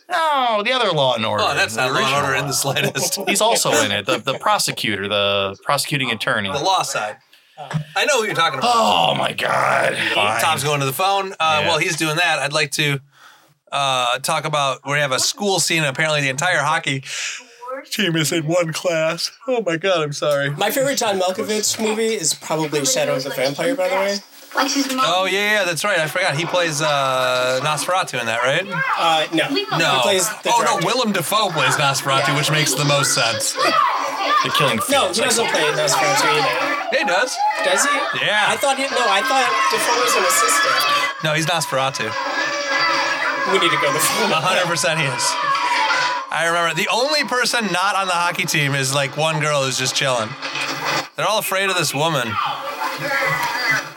no, the other Law and Order.
Oh, that's
the
not Law
original
and Order in
Law.
the slightest.
He's also in it. The, the prosecutor, the prosecuting attorney.
The law side. I know what you're talking about.
Oh my God! Fine.
Tom's going to the phone. Uh,
Yeah.
While he's doing that, I'd like to uh, talk about we have a school scene. Apparently, the entire hockey team is in one class. Oh my god, I'm sorry.
My favorite John Malkovich movie is probably Shadow of the Vampire, by the way.
Like his mom.
Oh yeah, yeah, that's right. I forgot he plays uh, Nosferatu in that, right?
Uh, no.
No.
He plays the
oh
director.
no, Willem Dafoe plays Nosferatu, which makes the most sense.
The killing.
No,
fields.
he doesn't play in Nosferatu either.
He does.
Does he?
Yeah.
I thought he, no, I thought Defoe was an assistant.
No, he's Nosferatu.
We need to go to the phone.
hundred percent he is. I remember the only person not on the hockey team is like one girl who's just chilling. They're all afraid of this woman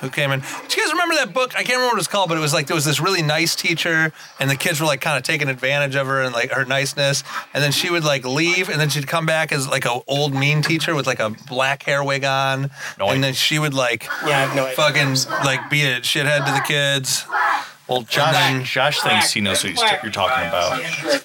who came in. Do you guys remember that book? I can't remember what it's called, but it was like there was this really nice teacher, and the kids were like kind of taking advantage of her and like her niceness. And then she would like leave, and then she'd come back as like a old mean teacher with like a black hair wig on,
No, I-
and then she would like
Yeah, I have no idea.
fucking like be a shithead to the kids.
Well, Josh,
Quack.
Josh thinks he knows what he's you're talking about.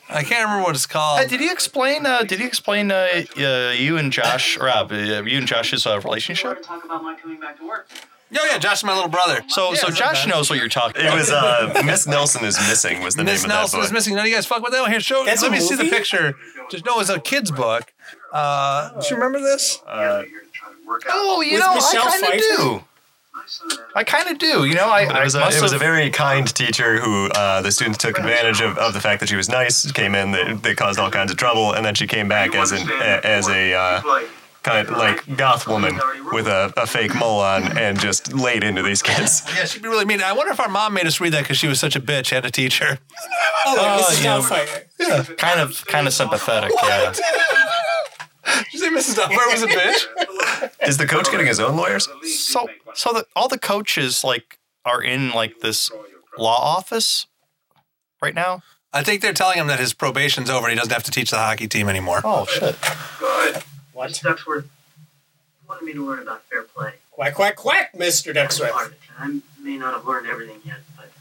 I can't remember what it's called.
Uh, did he explain? Uh, did he explain uh, uh, you and Josh, Rob, uh, you and Josh's uh, relationship?
talk about my coming back to work.
Oh yeah, Josh is my little brother.
So,
Yeah,
so
it's not
Josh
bad.
knows what you're talking.
It
about.
was uh, Miss Nelson is missing was the
Miss
name
Nelson
of
is
that book.
missing. None of you guys fuck with that one. Here, show.
That's
let
a
me see the
movie?
picture. Just know it's a kid's book. Uh, do you remember this?
Uh,
You're trying to work out.
Oh, you
With
know,
Michelle
I kind
Pfeiffer?
of do. I kind of do. You know, I,
It was,
I
a,
must
it was a
have-
very kind teacher who uh, the students took advantage of, of the fact that she was nice, came in, they, they caused all kinds of trouble, and then she came back as an a, as a uh, kind of like goth woman with a, a fake mole on and just laid into these kids.
Yeah, she'd be really mean. I wonder if our mom made us read that because she was such a bitch and a teacher.
Oh, like Mrs.
yeah.
Doubtfire.
kind of kind of sympathetic. Yeah.
Did you say Mrs. Doubtfire was a bitch?
Is the coach getting his own lawyers?
So so the, all the coaches like are in like this law office right now.
I think they're telling him that his probation's over. He doesn't have to teach the hockey team anymore.
Oh shit!
What? Mr. Duxford wanted me to learn about fair play.
Quack, quack, quack, Mr. Ducksworth.
Part of it. And I may not have learned everything yet, but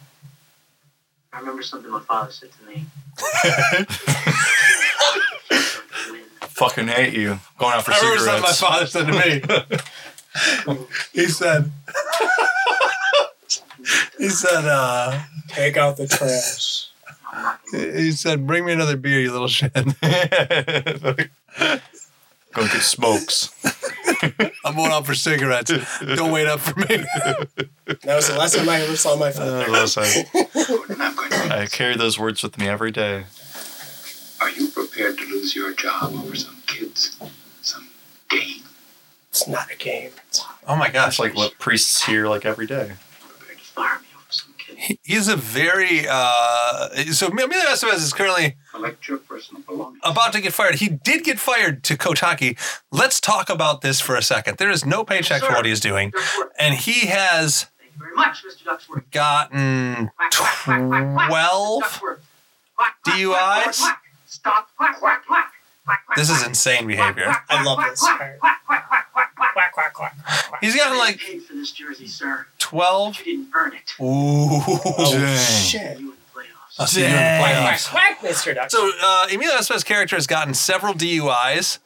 I remember something my father said to me. Win.
Fucking hate you. Going out for
I remember something my
cigarettes.
father said to me. he said, he said, uh,
Take out the trash.
I'm not gonna
he said, bring me another beer, you little shit.
Go get smokes.
I'm going out for cigarettes. Don't wait up for me.
That was the last time I ever saw my father.
Uh,
I'm going to.
I carry those words with me every day.
Are you prepared to lose your job over some kids? Some game?
It's not a game. It's hockey.
oh my gosh.
That's like what priests hear like every day.
prepare to fire me over some kid.
He's a very, uh, so Emilio Estevez is currently
Collect your personal belongings.
about to get fired. He did get fired to coach hockey. Let's talk about this for a second. There is no paycheck for what he's doing.
Duxford,
And he has
Thank you very much, Mr. Duxford.
gotten
Quack, quack, quack, quack, quack.
12
Duxford. Quack, quack,
DUIs?
quack, quack. Stop. Quack, quack, quack. Quack, quack,
this is
quack.
insane behavior.
Quack,
I
quack,
love
quack,
this
quack,
part.
Quack, quack, quack, quack, quack.
Quack, quhack, quhack. quack.
He's gotten
You
like
paid for this jersey, sir.
12.
You didn't earn it.
Ooh.
Oh, Shit.
You in the playoffs.
I'll see you in the
Quack,
playoffs.
quack, quack, Mr. Ducksworth.
So uh, Emilio Estevez's character has gotten several DUIs.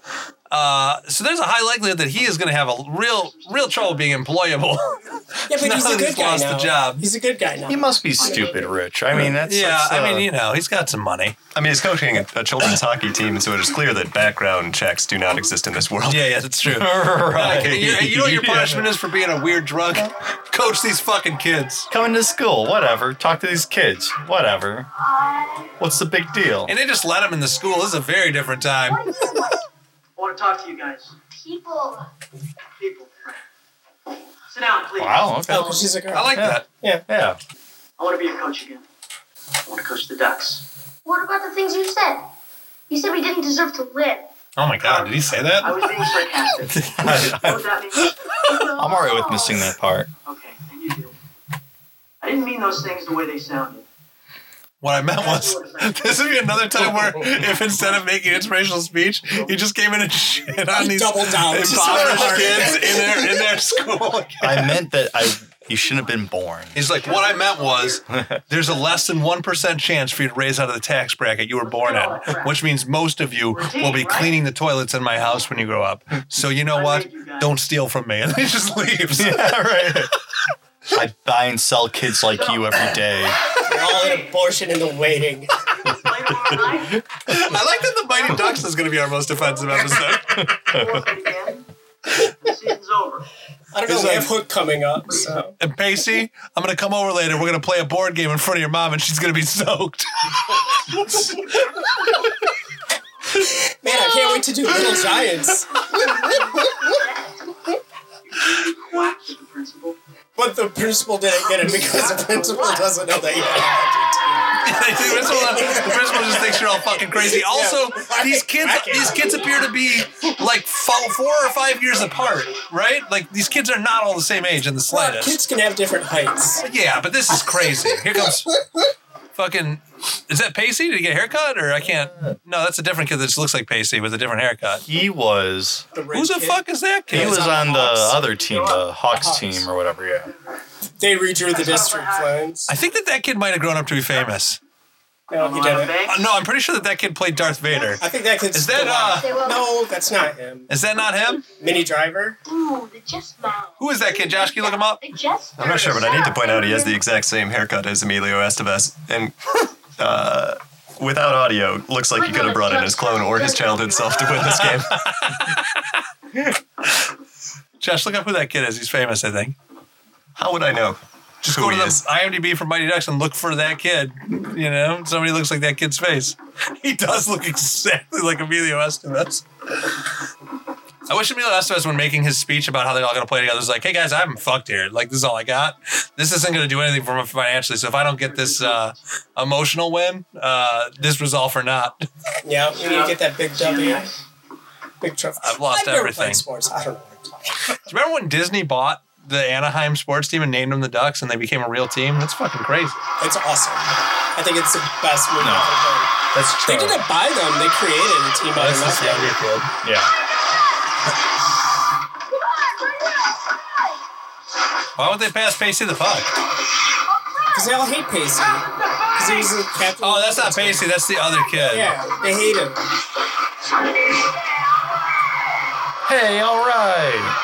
Uh, so there's a high likelihood that he is going to have a real, real trouble being employable.
yeah, but he's
now
a
he's
good guy
lost
now.
the job.
He's a good guy now.
He must be stupid rich. I mean, that's
yeah,
that's,
I
uh,
mean, you know, he's got some money.
I mean, he's coaching a, a children's hockey team, so it is clear that background checks do not exist in this world.
Yeah, yeah, that's true.
Right.
Like, you, you know what your
Yeah.
punishment is for being a weird drunk? Coach these fucking kids.
Coming to school, whatever. Talk to these kids, whatever. What's the big deal?
And they just let him in the school. This is a very different time.
I want to talk to you guys.
People.
People. Sit down, please.
Wow. Okay.
Oh, 'cause she's a girl.
I like that.
Yeah.
I want to be your coach again. I want to coach the Ducks.
What about the things you said? You said we didn't deserve to live.
Oh my god, did he say that?
I was being sarcastic. You know what that means?
I'm alright with missing that part.
Okay, and you do. I didn't mean those things the way they sounded.
What I meant was, this would be another time where if instead of making inspirational speech, he just came in and shit on
He
these
doubled down. It's just
impoverished
hard.
kids in their in their school.
I meant that I. You shouldn't have been born.
He's like, what I meant was, there's a less than one percent chance for you to raise out of the tax bracket you were born in, which means most of you will be cleaning the toilets in my house when you grow up. So you know what? Don't steal from me, and he just leaves.
yeah, right. I buy and sell kids like you every day.
They're all an abortion in the waiting.
Play tomorrow night.
I like that the Mighty Ducks is going to be our most offensive episode.
We'll play again. The season's over.
I don't know.
It's
We
like-
have Hook coming up, so
And Pacey, I'm gonna come over later. We're gonna play a board game in front of your mom, and she's gonna be soaked.
man, I can't wait to do Little Giants.
Quack to the principal.
But the principal didn't get it because the principal doesn't know that you have
the, principal, the principal just thinks you're all fucking crazy. Also, these kids, these kids appear to be like fo- four or five years apart, right? Like these kids are not all the same age in the
Well,
slightest.
kids can have different heights.
Yeah, but this is crazy. Here comes fucking. Is that Pacey? Did he get a haircut? Or I can't. No, that's a different kid that just looks like Pacey with a different haircut.
He was.
The rich
Who the
kid,
fuck is that
He
kid?
was on the other team, the Hawks team or whatever. Yeah.
They redrew the district lines.
I think that that kid might have grown up to be famous.
No, he
Lana
didn't.
Uh,
Banks.
no, I'm pretty sure that that kid played Darth Vader.
I think that kid's.
Is that uh?
They will.
No, that's not him.
Is that not him?
Mini Driver.
Ooh, the just now.
Who is that kid, Josh? Can you look him up?
The just.
I'm not sure, but I need to point out he has the exact same haircut as Emilio Estevez, and uh, without audio, looks like he could have brought in his clone or his childhood self to win this game.
Josh, look up who that kid is. He's famous, I think.
How would I know
Just
who
go to
he
the
is?
IMDb for Mighty Ducks and look for that kid. You know, somebody looks like that kid's face. He does look exactly like Emilio Estevez. I wish Emilio Estevez, when making his speech about how they're all going to play together, was like, "Hey guys, I'm fucked here. Like, this is all I got. This isn't going to do anything for me financially. So if I don't get this uh, emotional win, uh, this was all for naught.
Yeah, we need to get that big W, big trophy.
I've lost
I've never
everything.
played sports. I don't know what I'm talking about.
Do you remember when Disney bought the Anaheim sports team and named them the Ducks, and they became a real team? That's fucking crazy.
It's awesome. I think it's the best movie ever
That's
done. They didn't buy them. They created a team out of
That's the
nothing.
Oh, younger kid.
Yeah.
Why would they pass Pacey the puck?
Because they all hate Pacey. Because he was the captain.
Oh, that's not Pacey. That's the other kid.
Yeah, they hate him.
Hey, all right.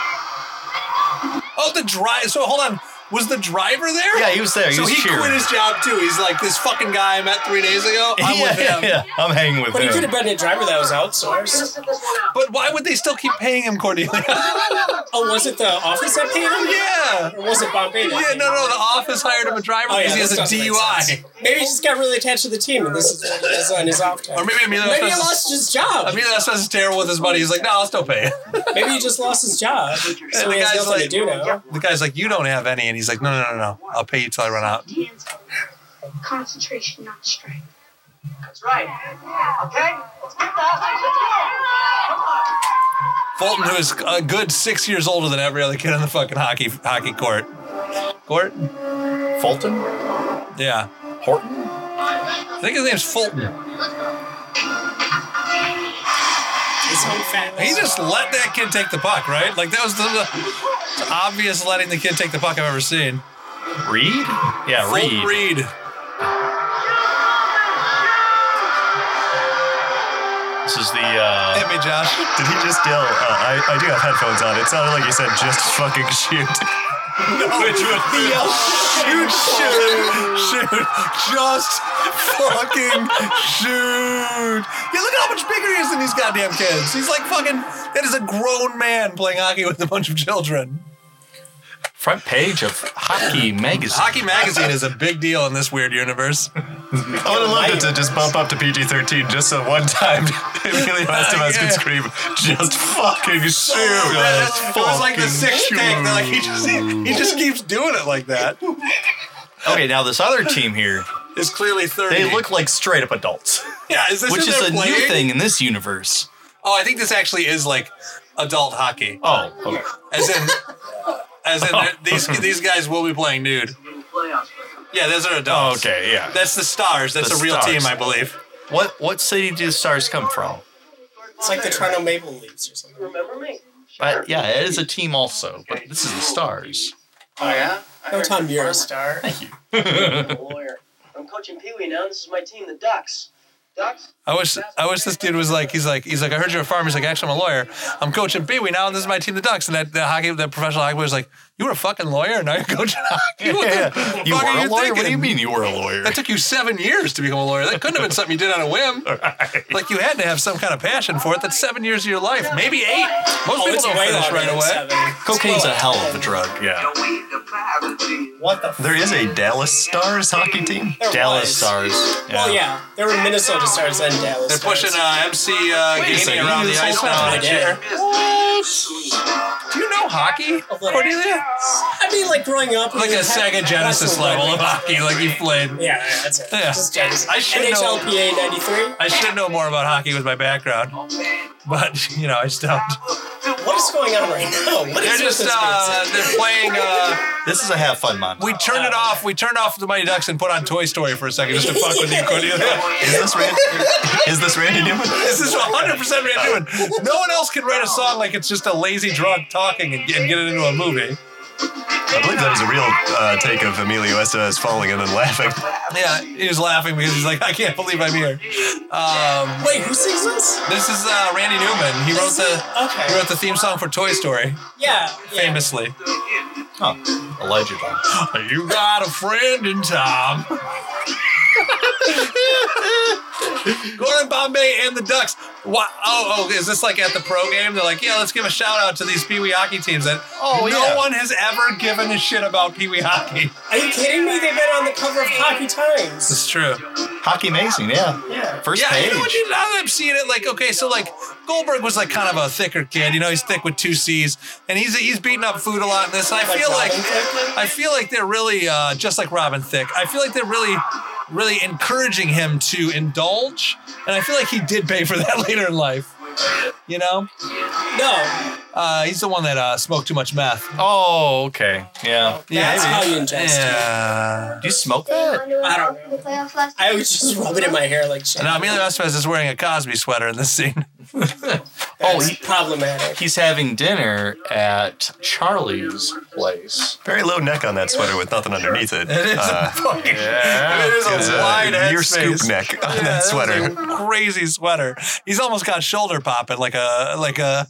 Oh, the drive. So hold on. Was the driver there?
Yeah, he was there. He
so
was
he
cheering.
quit his job too. He's like this fucking guy I met three days ago. I'm
yeah,
with him.
yeah, yeah. I'm hanging with
But he could
him.
have been a driver that was outsourced.
But why would they still keep paying him, Cordelia?
Oh, was it the office that paid him?
yeah.
Or was it Bombay? that
Yeah.
paid
No,
him?
no. The office hired him a driver
Oh, yeah,
because
this
he has a
doesn't make sense.
DUI.
Maybe he just got really attached to the team and this is what he does on his off time.
Or maybe Emilio
Maybe he
Estevez-
lost his job.
Emilio Estevez is terrible with his money. He's like, no, I'll still pay it.
Maybe he just lost his job. So he has
the guy's
nothing to
like-
do now.
The guy's like, you don't have any, and he's like, no, no, no, no. I'll pay you till I run out.
Concentration, not strength.
That's right. Okay, let's get that.
Fulton, who is a good six years older than every other kid on the fucking hockey hockey court. Court?
Fulton?
Yeah.
Horton?
I think his name's Fulton.
He's so fat.
He just let that kid take the puck, right? Like that was the, the- it's obvious letting the kid take the puck I've ever seen.
Reed? Yeah,
Fulton
Reed.
Reed.
This is the uh,
Hit me, Josh.
Did he just yell? Uh, I, I do have headphones on. It sounded like he said, just fucking shoot.
Which would be shoot, shoot, shoot, just fucking shoot. Yeah, look at how much bigger he is than these goddamn kids. He's like fucking. That is a grown man playing hockey with a bunch of children.
front page of Hockey Magazine.
Hockey magazine is a big deal in this weird universe.
I would have loved it to just bump up to PG 13 just so one time Emilio Estevez
Yeah.
could scream, just fucking shoot.
That's- it was like the
Fucking
sixth
shoot.
take. They're like he just he just keeps doing it like that.
Okay, now this other team here,
Is clearly thirty.
they look like straight up adults,
Yeah, is this
which
who
is
they're
a
playing?
new thing in this universe.
Oh, I think this actually is like adult hockey,
Oh, okay.
as in, as in they're- these these guys will be playing nude. Yeah, those are
Oh,
adults.
okay, yeah.
That's the Stars. That's
The
a real
Stars.
team, I believe.
What what city do the stars come from?
It's like the Toronto Maple Leafs or something.
Remember me?
But yeah, it is a team also, but this is the stars.
Oh yeah.
No, Tom, you're a star.
lawyer. I'm coaching Pee Wee now. This is my team, the Ducks. Ducks.
I wish I wish this dude was like he's like he's like I heard you're a farmer. He's like actually I'm a lawyer. I'm coaching Peewee now, and this is my team, the Ducks. And that the hockey, the professional hockey player was like, you were a fucking lawyer, and now you're coaching hockey. What the fuck
You
are
were a
you
lawyer? What do
thinking?
you mean you were a lawyer?
That took you seven years to become a lawyer. That couldn't have been something you did on a whim. Like you had to have some kind of passion for it. That's seven years of your life, maybe eight. Most
Oh,
people
it's
don't
way
finish
longer
right
than
away.
seven.
Cocaine's a hell of a drug. Yeah.
What the? There is a Dallas Stars hockey team?
There
Dallas
was.
Stars. Yeah.
Well, yeah, there were Minnesota Stars and Dallas.
They're
Stars.
pushing uh, MC uh, Gaming
second,
around the
you
ice
sold
now.
out
in a chair. Do you know hockey, Cordelia?
I mean, like growing up,
Like
we had-
a Sega Genesis
wrestling
level
like-
of hockey, like you played.
Yeah, yeah, that's it.
Yeah.
Just Genesis.
I should know-
NHLPA '93.
I should know more about hockey with my background, but you know I just don't.
What is going on right now? What
They're
is
just
with this
uh,
music?
they're playing. Uh,
This is a have fun month.
we turned it off. We turned off the Mighty Ducks and put on Toy Story for a second just to fuck with you, Cordelia.
Is this Randy? is this Randy Newman?
This is 100% Van Newman. No one else can write a song like it's just a lazy drunk talking and, and get it into a movie.
I believe that was a real uh, take of Emilio Estevez falling and then laughing.
Yeah, he was laughing because he's like, I can't believe I'm here. Um,
Wait, who sings this?
this is uh, Randy Newman. He wrote the he
Okay.
wrote the theme song for Toy Story,
Yeah. yeah.
famously.
Huh. Allegedly.
You got a friend in Tom. Gordon Bombay and the Ducks. Why? Oh, oh, is this like at the pro game? They're like, yeah, let's give a shout out to these Pee Wee hockey teams that oh, no
yeah.
one has ever given a shit about Pee Wee hockey.
Are you kidding me? They've been on the cover of Hockey Times.
It's true.
Hockey magazine, yeah.
Yeah.
First
yeah,
page.
you know what? Dude, now that I'm seeing it, like, okay, so like Goldberg was like kind of a thicker kid. You know, he's thick with two C's, and he's he's beating up food a lot in this. And I feel like I feel like they're really uh, just like Robin Thicke. I feel like they're really really encouraging him to indulge, and I feel like he did pay for that later in life. You know,
No,
uh, he's the one that uh, smoked too much meth.
Oh, okay. Yeah.
Yeah,
that's
maybe.
how you ingest it.
Yeah.
Do you smoke that?
I don't know. I was just rubbing it in my hair like shit.
And now Emilio Estevez is wearing a Cosby sweater in this scene.
That's
Oh, he-
problematic.
He's having dinner at Charlie's place.
Very low neck on that sweater with nothing underneath it.
It is
Uh,
a fucking.
Yeah.
It is
it's
a wide
a
head
near
space.
scoop neck on
Yeah,
that
was
sweater.
a crazy sweater. He's almost got shoulder popping like a like a.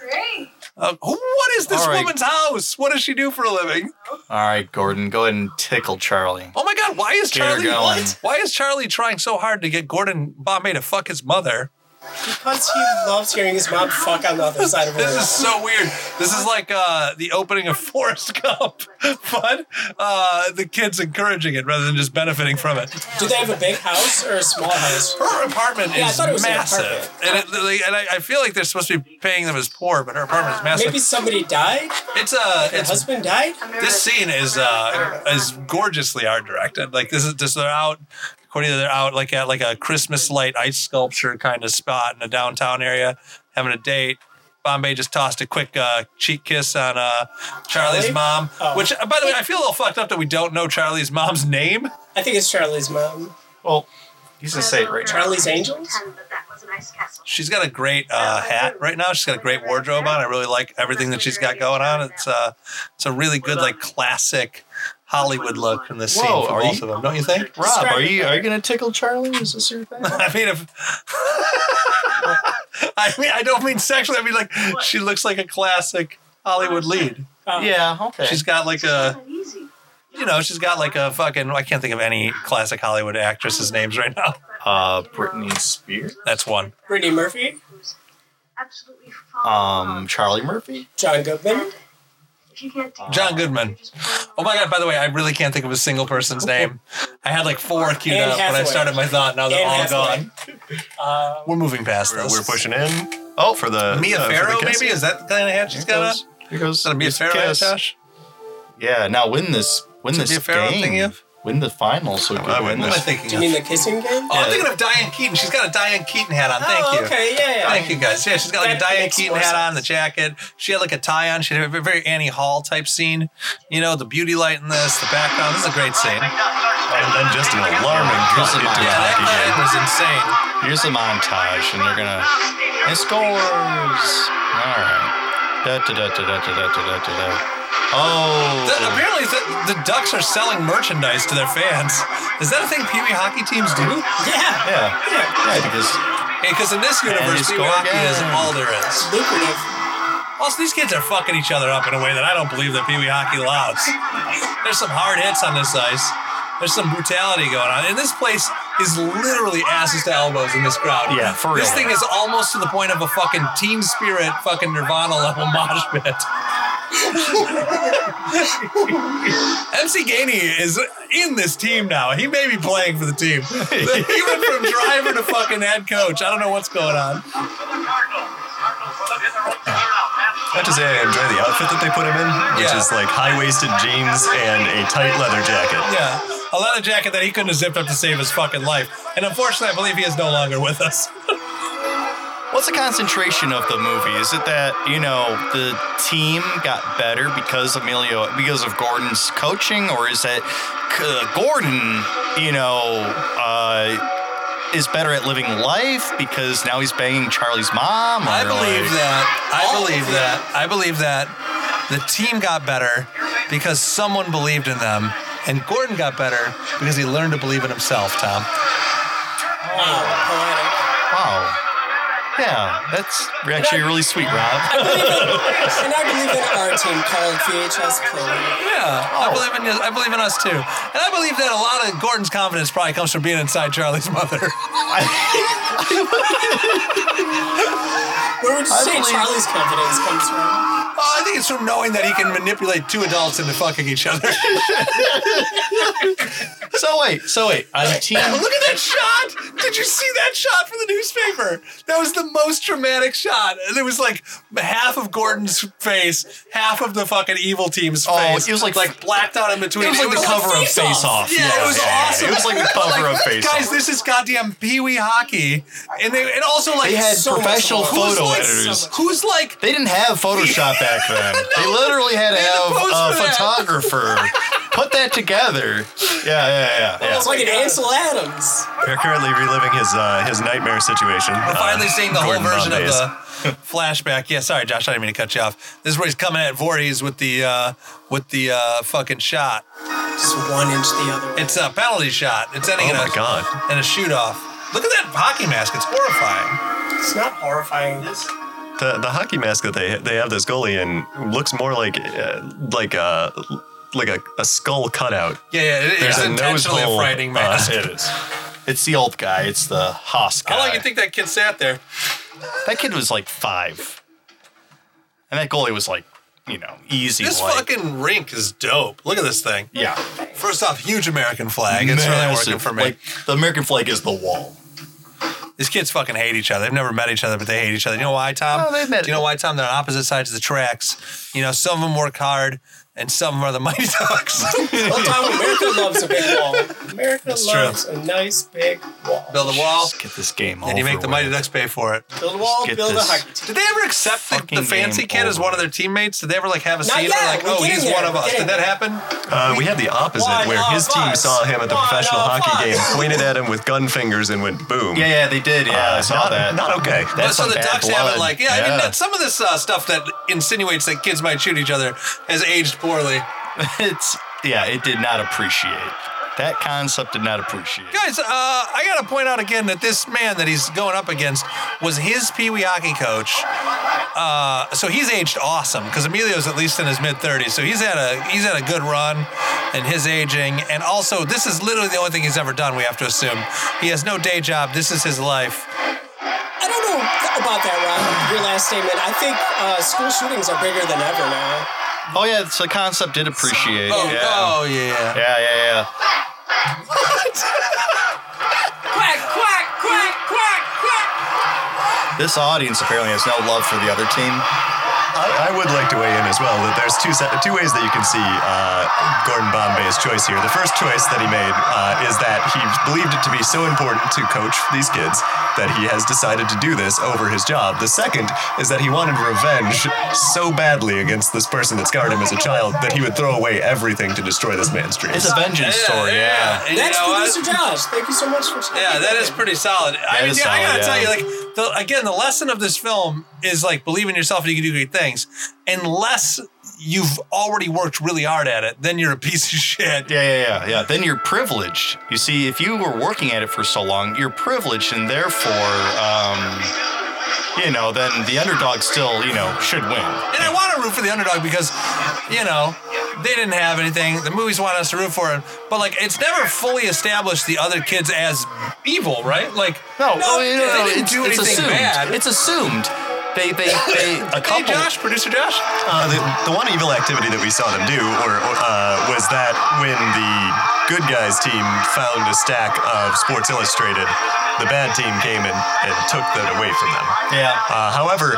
Great.
a- what is this
All right.
woman's house? What does she do for a living?
All right, Gordon, go ahead and tickle Charlie.
Oh my God! Why is
Get her
Charlie?
going.
What? Why is Charlie trying so hard to get Gordon Bombay to fuck his mother?
Because he loves hearing his mom fuck on the other side of her.
This is so weird. This is like uh, the opening of Forrest Gump, but uh, the kid's encouraging it rather than just benefiting from it.
Do they have a big house or a small house?
Her apartment
Yeah, I
is
thought it was an
massive,
apartment.
and it, like, and I, I feel like they're supposed to be paying them as poor, but her apartment is massive.
Maybe somebody died?
it's a
Their
it's
husband died?
this scene is uh is gorgeously art directed. Like this is just they're out Cordelia, they're out like at like a Christmas light ice sculpture kind of spot in a downtown area, having a date. Bombay just tossed a quick uh, cheek kiss on uh, Charlie's
Charlie?
mom,
Oh.
which, uh, by the way, I feel a little fucked up that we don't know Charlie's mom's name.
I think it's Charlie's mom.
Well, he's gonna say it right now.
Charlie's Angels?
She's got a great uh, hat right now. She's got a great wardrobe on. I really like everything that she's got going on. It's uh, it's a really good like classic Hollywood look in this scene
Whoa,
for
are
both
you-
of them, don't you think?
Rob, are you are you gonna tickle Charlie? Is this your thing?
I mean, if I mean, I don't mean sexually. I mean, like she looks like a classic Hollywood lead.
Oh.
yeah. Okay.
She's got like a, you know, she's got like a fucking. I can't think of any classic Hollywood actresses' names right now.
uh, Britney Spears.
That's one.
Brittany Murphy?
Absolutely
Um, Charlie Murphy.
John Goodman?
If you can't do
John Goodman. Oh my god! By the way, I really can't think of a single person's name. I had like four queued
Anne
up when I
Hathaway.
started my thought. Now they're
Anne
all
Hathaway.
gone.
Uh,
We're moving past
We're,
this.
we're pushing in. Oh, for the
Mia
uh, for the
Farrow,
kiss.
maybe is that the kind of hat she's got? on?
Here goes
Is that a Mia
this
Farrow hat,
kiss.
Josh?
Yeah. Now win this. Win
Is it
this
Mia Farrow I'm
game.
thinking of?
Win the finals. So we
I
can
win
What am I
this.
thinking
do you
of?
mean the kissing game?
Oh, I'm
Yeah.
thinking of Diane Keaton. She's got a Diane Keaton hat on. Thank
oh,
you.
okay, yeah, yeah.
Thank you guys. Yeah, she's got like a
That
Diane
makes
Keaton
more
hat on, the
sense.
jacket. She had like a tie on. She had a very Annie Hall type scene. You know, the beauty light in this, the background. This is a great scene.
And
Yeah,
then just an alarming cut
Just an
into the
alarm.
hockey
that
game.
line was insane.
Here's the montage, and they're gonna. It scores. All right. Da da da da da da da da da. da. Oh.
The- apparently, the, the Ducks are selling merchandise to their fans. Is that a thing Pee Wee hockey teams do?
Yeah,
yeah. Yeah. Because
Because in this
And
universe,
you
Pee Wee
score
hockey is
again.
all there is.
lucrative.
Also, these kids are fucking each other up in a way that I don't believe that Pee Wee hockey allows. There's some hard hits on this ice. There's some brutality going on, and this place is literally asses to elbows in this crowd.
Yeah, for real.
This thing is almost to the point of a fucking Team Spirit, fucking Nirvana level mosh pit. MC Gainey is in this team now. He may be playing for the team. he went from driver to fucking head coach. I don't know what's going on.
I have to say, I enjoy the outfit that they put him in, which
Yeah.
is like high-waisted jeans and a tight leather jacket.
Yeah, a leather jacket that he couldn't have zipped up to save his fucking life. And unfortunately, I believe he is no longer with us.
What's the concentration of the movie? Is it that you know the team got better because Emilio because of Gordon's coaching, or is that uh, Gordon you know uh, is better at living life because now he's banging Charlie's mom? or
I believe
like-
that. I believe that. I believe that the team got better because someone believed in them, and Gordon got better because he learned to believe in himself. Tom.
Wow, poetic.
Wow. Yeah, that's actually really sweet, Rob.
And I believe in our team called VHS Pro.
Yeah, I believe in you- I believe in us too, and I believe that a lot of Gordon's confidence probably comes from being inside Charlie's mother.
Where would you say
believe-
Charlie's confidence comes from?
Oh, I think it's from knowing that he can manipulate two adults into fucking each other.
So wait, so wait, I'm team.
Look at that shot! Did you see that shot from the newspaper? That was the most dramatic shot. And It was like half of Gordon's face, half of the fucking evil team's
Oh,
face.
it was like-
like blacked out in between.
It was like the cover of
Face Off.
Face Off.
Yeah, it was awesome.
It was like the cover of Face
Guys,
Off.
this is goddamn Pee Wee hockey, and they and also like
They had
so much
professional
love.
photo
Who's like-
editors.
who's like
They didn't have Photoshop back then. They literally had to
had to
have
pose
a
for that.
photographer put that together. Yeah, yeah, yeah. yeah.
It's like an Ansel Adams.
They're currently reliving his uh, his nightmare situation. Uh,
We're finally seeing the whole version
Bombay
of the flashback. Yeah, sorry, Josh, I didn't mean to cut you off. This is where he's coming at Voorhees with the uh, with the uh, fucking shot.
Just one inch the other way.
It's a penalty shot. It's ending
Oh
in
my
a
God.
in a shoot off. Look at that hockey mask. It's horrifying.
It's not horrifying.
The the hockey mask that they they have this goalie in looks more like uh, like a like a, a skull cutout.
Yeah, yeah. it-
There's
it's
a nose
intentionally
hole.
a frightening mask.
Uh, it is.
It's the old guy. It's the Haas guy.
How long you think that kid sat there?
that kid was like five, and that goalie was like, you know, easy.
This
like,
fucking rink is dope. Look at this thing.
yeah.
First off, huge American flag. It's really working
Massive.
for me.
Like, the American flag is the wall.
These kids fucking hate each other. They've never met each other, but they hate each other. You know why, Tom?
Oh, they've met-
Do you know why, Tom? They're on opposite sides of the tracks. You know, some of them work hard, and some of them are the mighty dogs.
Well, Tom, America loves a big wall. America
true.
loves a nice big wall.
build a wall,
Let's get this game over.
and you make the
with.
mighty ducks pay for it.
Build a wall,
Get
build a
this.
hockey team.
Did they ever accept the,
Fucking
the fancy
game
kid as
over.
one of their teammates? Did they ever like have a
Not
scene
yet.
where like,
We're
oh,
getting
he's
there.
one of
We're
us?
getting
Did that
there.
happen?
Uh, we had the opposite
One
where his
of
team
us.
saw him at the
One
professional
of
hockey
us.
game, pointed at him with gun fingers, and went boom.
Yeah, yeah, they did. Yeah,
Uh,
I saw
not,
that.
Not okay.
But
That's
so
some
the
bad
ducks haven't
blood.
like yeah, I mean
Yeah.
that, some of this uh, stuff that insinuates that kids might shoot each other has aged poorly.
it's yeah, it did not appreciate. That concept did not appreciate.
Guys, uh, I gotta point out again that this man that he's going up against was his Pee Wee hockey coach. Uh, so he's aged awesome because Emilio's at least in his mid 30s, so he's had a he's had a good run in his aging. And also, this is literally the only thing he's ever done. We have to assume he has no day job. This is his life.
I don't know about that, Rob. Your last statement. I think uh, school shootings are bigger than ever now.
Oh yeah, so the concept did appreciate.
Oh,
yeah.
oh yeah.
yeah, yeah, yeah.
Quack, quack, quack, quack, quack.
This audience apparently has no love for the other team.
I, I would like to weigh in as well that there's two se- two ways that you can see uh, Gordon Bombay's choice here. The first choice that he made uh, is that he believed it to be so important to coach these kids that he has decided to do this over his job. The second is that he wanted revenge so badly against this person that scarred him as a child that he would throw away everything to destroy this man's dreams.
It's a vengeance story. Yeah.
And you
That's
know what?
producer Josh. Thank you so much for checking
Yeah, that
in.
is pretty solid. I
That
mean,
is
yeah, I gotta
solid, yeah.
tell you, like, the, again, the lesson of this film is like believe in yourself and you can do great things. Unless you've already worked really hard at it, then you're a piece of shit.
Yeah, yeah, yeah, yeah. Then you're privileged. You see, if you were working at it for so long, you're privileged, and therefore, um, you know, then the underdog still, you know, should win.
And I want to root for the underdog because, you know, they didn't have anything. The movies want us to root for him, but like, it's never fully established the other kids as evil, right? Like,
oh,
they didn't do anything
assumed.
bad.
It's assumed. They, they, they.
hey,
a couple.
Josh, producer Josh.
Uh, the, the one evil activity that we saw them do or, or, uh, was that when the good guys team found a stack of Sports Illustrated, the bad team came in and took that away from them.
Yeah.
Uh, however,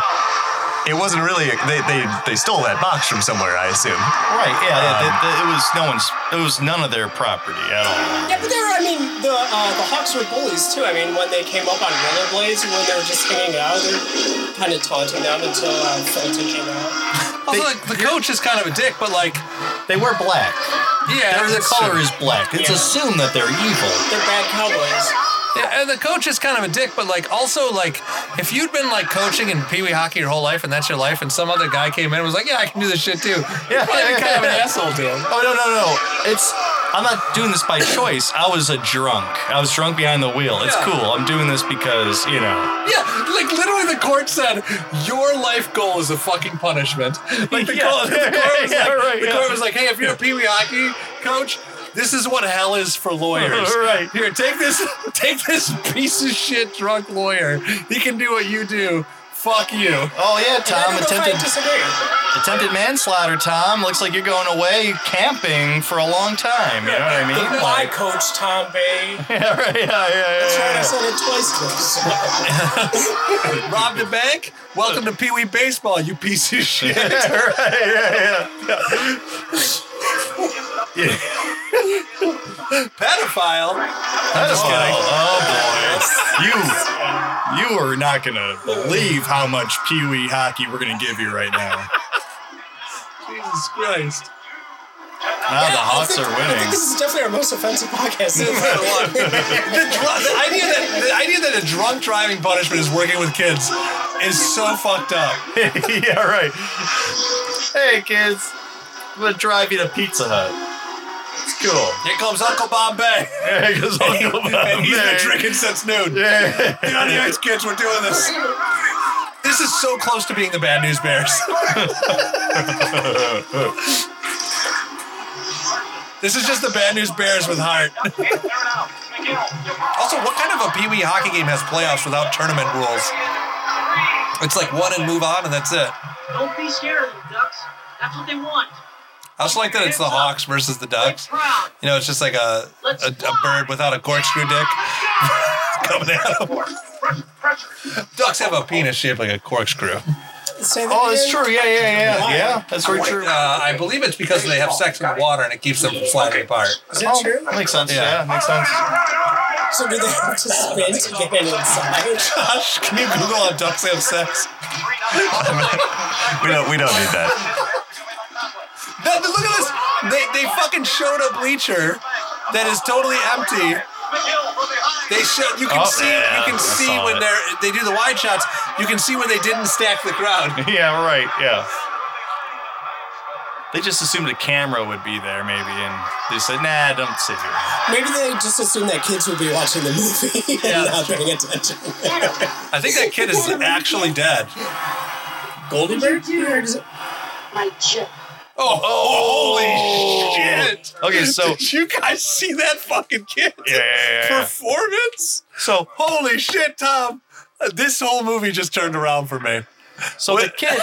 it wasn't really, they, they, they stole that box from somewhere, I assume.
Right. Yeah. yeah th- th- it was no one's. It was none of their property at all.
Yeah, but there, I mean, the uh, the Hawks were bullies too. I mean, when they came up on rollerblades, when they were just hanging out, they were kind of taunting them until uh, Felton came out.
Also, like, the coach is kind of a dick, but like,
They were black.
yeah,
Their the
that's
color
true.
is black. It's
Yeah.
assumed that they're evil.
They're bad cowboys.
Yeah, and the coach is kind of a dick, but like also like if you'd been like coaching in Pee Wee hockey your whole life and that's your life, and some other guy came in and was like, "Yeah, I can do this shit too," yeah, probably be kind of an asshole to him.
Oh no no no! It's I'm not doing this by choice. I was a drunk. I was drunk behind the wheel. It's
Yeah.
cool. I'm doing this because, you know.
Yeah, like literally the court said, your life goal is a fucking punishment. Like the,
Yeah.
court, the court was
Yeah,
like,
right,
the
yeah.
court was like, hey, if you're a pee wee hockey coach, this is what hell is for lawyers.
Right.
Here, take this, take this piece of shit drunk lawyer. He can do what you do. Fuck you.
Oh
I
yeah,
don't know
Tom
if I
attempted
disagree.
attempted manslaughter, Tom. Looks like you're going away camping for a long time. You know what I mean?
I
Like,
coach Tom Bay.
yeah, right, yeah, yeah, yeah,
I
yeah.
said it twice to us.
Rob the bank. Welcome to Pee Wee baseball, you piece of shit. Pedophile.
That's Oh boy. you you are not gonna believe how much Pee Wee hockey we're gonna give you right now.
Jesus Christ.
Now the Hawks
I
are
think- I think
winning.
this is definitely our most offensive podcast.
the, dr- the idea that the idea that a drunk driving punishment is working with kids is so fucked up.
yeah, right. Hey kids, I'm gonna drive you to Pizza Hut. It's cool.
Here comes Uncle Bombay.
Yeah, 'cause Uncle
and he's
Bob-
been drinking since noon.
Yeah.
Get on the ice, kids. We're doing this. This is so close to being the bad news bears. this is just the bad news bears with heart. also, what kind of a Pee Wee hockey game has playoffs without tournament rules? It's like one and move on, and that's it.
Don't be scared of them, ducks. That's what they want.
I also like that it's the Hawks versus the
They're
Ducks.
proud.
You know, it's just like a a, a bird without a corkscrew dick coming out. Ducks have a penis shaped like a corkscrew.
Say that
Oh, that's
again.
true. Yeah, yeah, yeah. Yeah, that's very true.
Uh, I believe it's because they have sex in the water and it keeps them from sliding apart.
Is
Oh.
that true?
Makes sense.
Yeah.
Yeah, makes sense.
So do they have to spin to get it inside?
Gosh, can you Google how ducks have sex?
We don't. We don't need that.
No, but look at this. They, they fucking showed a bleacher that is totally empty. They show you can
Oh,
see
yeah,
you
I
can see
saw
when
it.
they're they do the wide shots. You can see where they didn't stack the crowd.
Yeah, right. Yeah. They just assumed a camera would be there, maybe, and they said, "Nah, don't sit here."
Maybe they just assume that kids would be watching the movie and
Yeah,
not paying attention.
I think that kid is actually dead.
Goldie Bird? You heard it.
My chip.
Oh, holy shit!
Okay, so
Did you guys see that fucking kid
yeah, yeah, yeah.
performance?
so
Holy shit, Tom! Uh, This whole movie just turned around for me.
so the kid,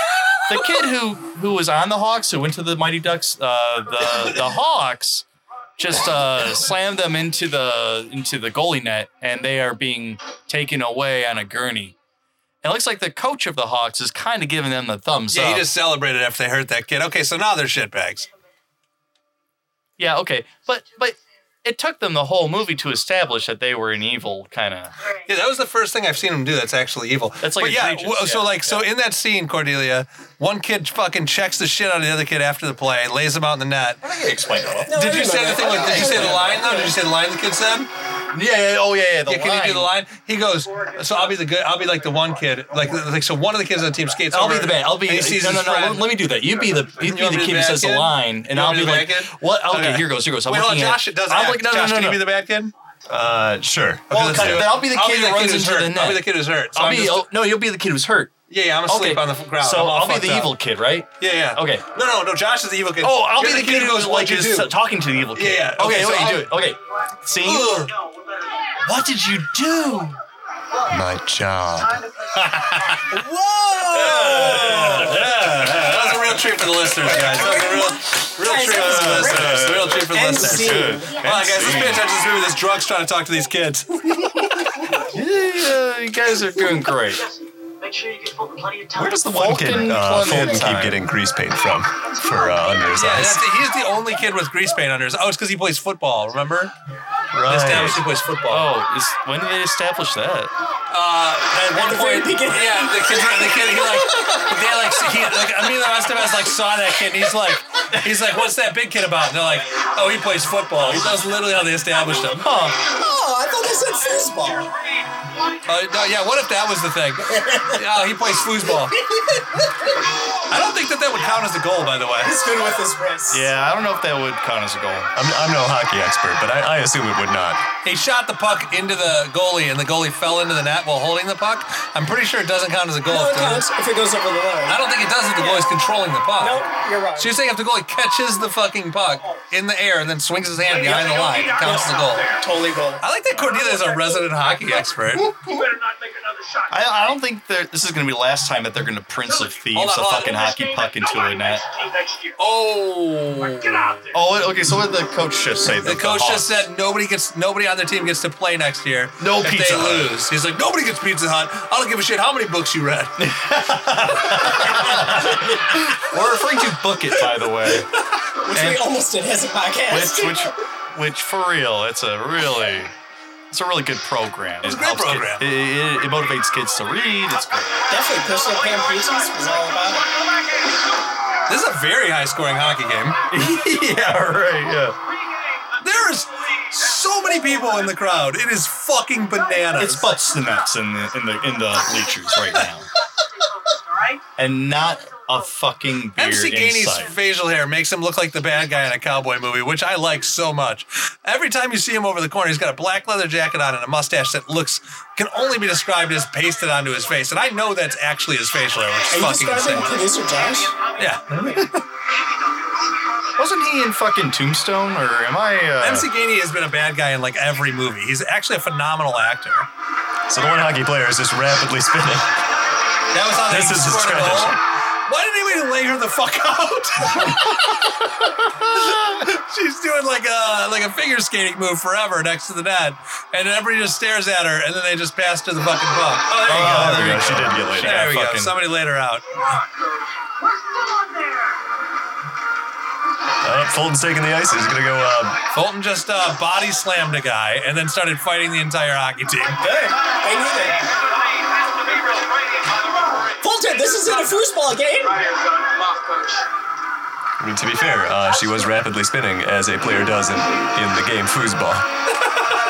the kid who who was on the Hawks, who went to the Mighty Ducks, uh, the the Hawks just uh, slammed them into the into the goalie net, and they are being taken away on a gurney. It looks like the coach of the Hawks is kind of giving them the thumbs
Yeah,
up.
he just celebrated after they hurt that kid. Okay, so now they're shitbags.
Yeah, okay. But but it took them the whole movie to establish that they were an evil kind of.
Yeah, that was the first thing I've seen him do that's actually evil.
That's, like,
but yeah,
egregious,
w- so
yeah,
like, so
yeah.
in that scene, Cordelia, one kid fucking checks the shit out of the other kid after the play, lays him out in the net.
Explain that.
No,
Did
I
you say
remember
the thing?
that.
Like, did you say the line though? Did you say the line the kid said?
Yeah, yeah, oh yeah, yeah. The
yeah, can you do the line? He goes, so I'll be the good, I'll be like the one kid, like like so one of the kids on the team skates.
I'll
over
be the bad. I'll be
and he sees
no, no,
his
no.
friend.
Let, let me do that. You be the you,
want
be
me
the
to
kid
be
who
the
says
bad
the
kid?
line,
You
and I'll
want me to be
be
the
like,
bad kid?
what? Okay,
Okay.
here goes, here goes. I'm
Wait, hold on,
looking at-
Josh. It doesn't.
I'm
act.
like, no,
Josh,
no, no,
can you
no.
be the bad kid?
Uh, sure.
Well,
let's
cut
do
it.
it.
I'll be the
I'll
kid
be
that
the
runs
kid who's
into the
hurt. I'll be
net.
the kid who's hurt. So
I'll
I'm
be
just-
oh, no, you'll be the kid who's hurt.
Yeah, yeah, I'm asleep on the f- ground.
So
I'm all
I'll be
fucked
the
up.
evil kid, right?
Yeah, yeah.
Okay.
No, no, no. Josh is the evil kid.
Oh, I'll
You're
be the kid who's like
you
is
do.
talking to the evil kid.
Yeah, yeah.
Okay,
Okay, so
wait,
I'll-
you do it. Okay. See?
Ugh.
What did you do?
My job.
Whoa!
That was a real treat for the listeners, guys. That was a real, real
Guys,
treat
that
for
was
the
great.
listeners. Real treat for the
And
listeners.
scene.
Good.
All right, guys, let's pay attention to this movie. This drug's trying to talk to these kids.
Yeah, you guys are doing great.
Make sure you get Fulton plenty of time.
Where does the one
Vulcan
kid uh, Fulton
Clementine.
keep getting grease paint from for uh, under his
Yeah,
eyes?
that's it. he's the only kid with grease paint under his. Oh, it's because he plays football. Remember? They established he
Right.
plays football.
Oh, is, when did they establish that?
Uh, at one
the very
point, yeah, the kid, the kid, he like, they like, he, like Emilio Estevez like saw that kid, and he's like, he's like, what's that big kid about? And they're like, oh, he plays football. That's literally how they established him. Huh.
Oh, I thought they said foosball.
Uh, no, yeah, what if that was the thing? Oh, he plays foosball. I don't think that that would count as a goal, by the way.
He's good with his wrists.
Yeah, I don't know if that would count as a goal.
I'm, I'm no hockey expert, but I, I assume it would not.
He shot the puck into the goalie, and the goalie fell into the net while holding the puck. I'm pretty sure it doesn't count as a goal.
No, it
if the-
counts if it goes over the line.
Uh,
I don't think it does if the goalie's controlling the puck.
Nope, you're wrong.
So you're saying if the goalie catches the fucking puck in the air and then swings his hand behind the line, it counts as a goal.
totally goal.
I like that Cordelia is a resident hockey expert.
You better not make another shot.
I, I don't think that this is going to be the last time that they're going to Prince of Thieves
Hold on,
a
hold on.
fucking hockey puck into a net.
Oh.
Get out there.
Oh, wait, okay. So what did the coach just say?
The coach just said nobody gets nobody on their team gets to play next year.
No
if
Pizza
they
Hut.
lose. He's like nobody gets Pizza Hut. I don't give a shit how many books you read.
We're referring to Book It, by the way.
Which we almost did as a podcast.
which, which, which for real, it's a really, it's a really good program. It's
a great program.
It, it, it motivates kids to read. It's great.
Definitely personal pan pizzas was all about it.
this is a very high scoring hockey game.
yeah, right. Yeah.
There is so many people in the crowd. It is fucking bananas.
It's butts to nuts in the in the in the bleachers right now,
Alright?
and not a fucking beer
MC Gainey's
inside.
facial hair makes him look like the bad guy in a cowboy movie, which I like so much. Every time you see him over the corner, he's got a black leather jacket on and a mustache that looks can only be described as pasted onto his face. And I know that's actually his facial hair, which
Are
is
you
fucking
describing
insane.
producer Josh?
Yeah.
Wasn't he in fucking Tombstone, or am I? Uh,
MC Gainey has been a bad guy in like every movie. He's actually a phenomenal actor.
So the one hockey player is just rapidly spinning.
That was how they
This is his
scored a goal.
strategy.
Why didn't anybody lay her the fuck out? She's doing like a like a figure skating move forever next to the net, and everybody just stares at her, and then they just pass to the fucking puck. Oh,
Oh,
there you go.
there we go. She did get laid.
There
Yeah,
we go.
fucking-
Somebody laid her out.
Uh, Fulton's taking the ice. He's gonna go. Uh,
Fulton just uh, body slammed a guy, and then started fighting the entire hockey team.
Good. They knew that. Fulton, this isn't a foosball game.
I mean, to be fair, uh, she was rapidly spinning as a player does in, in the game foosball.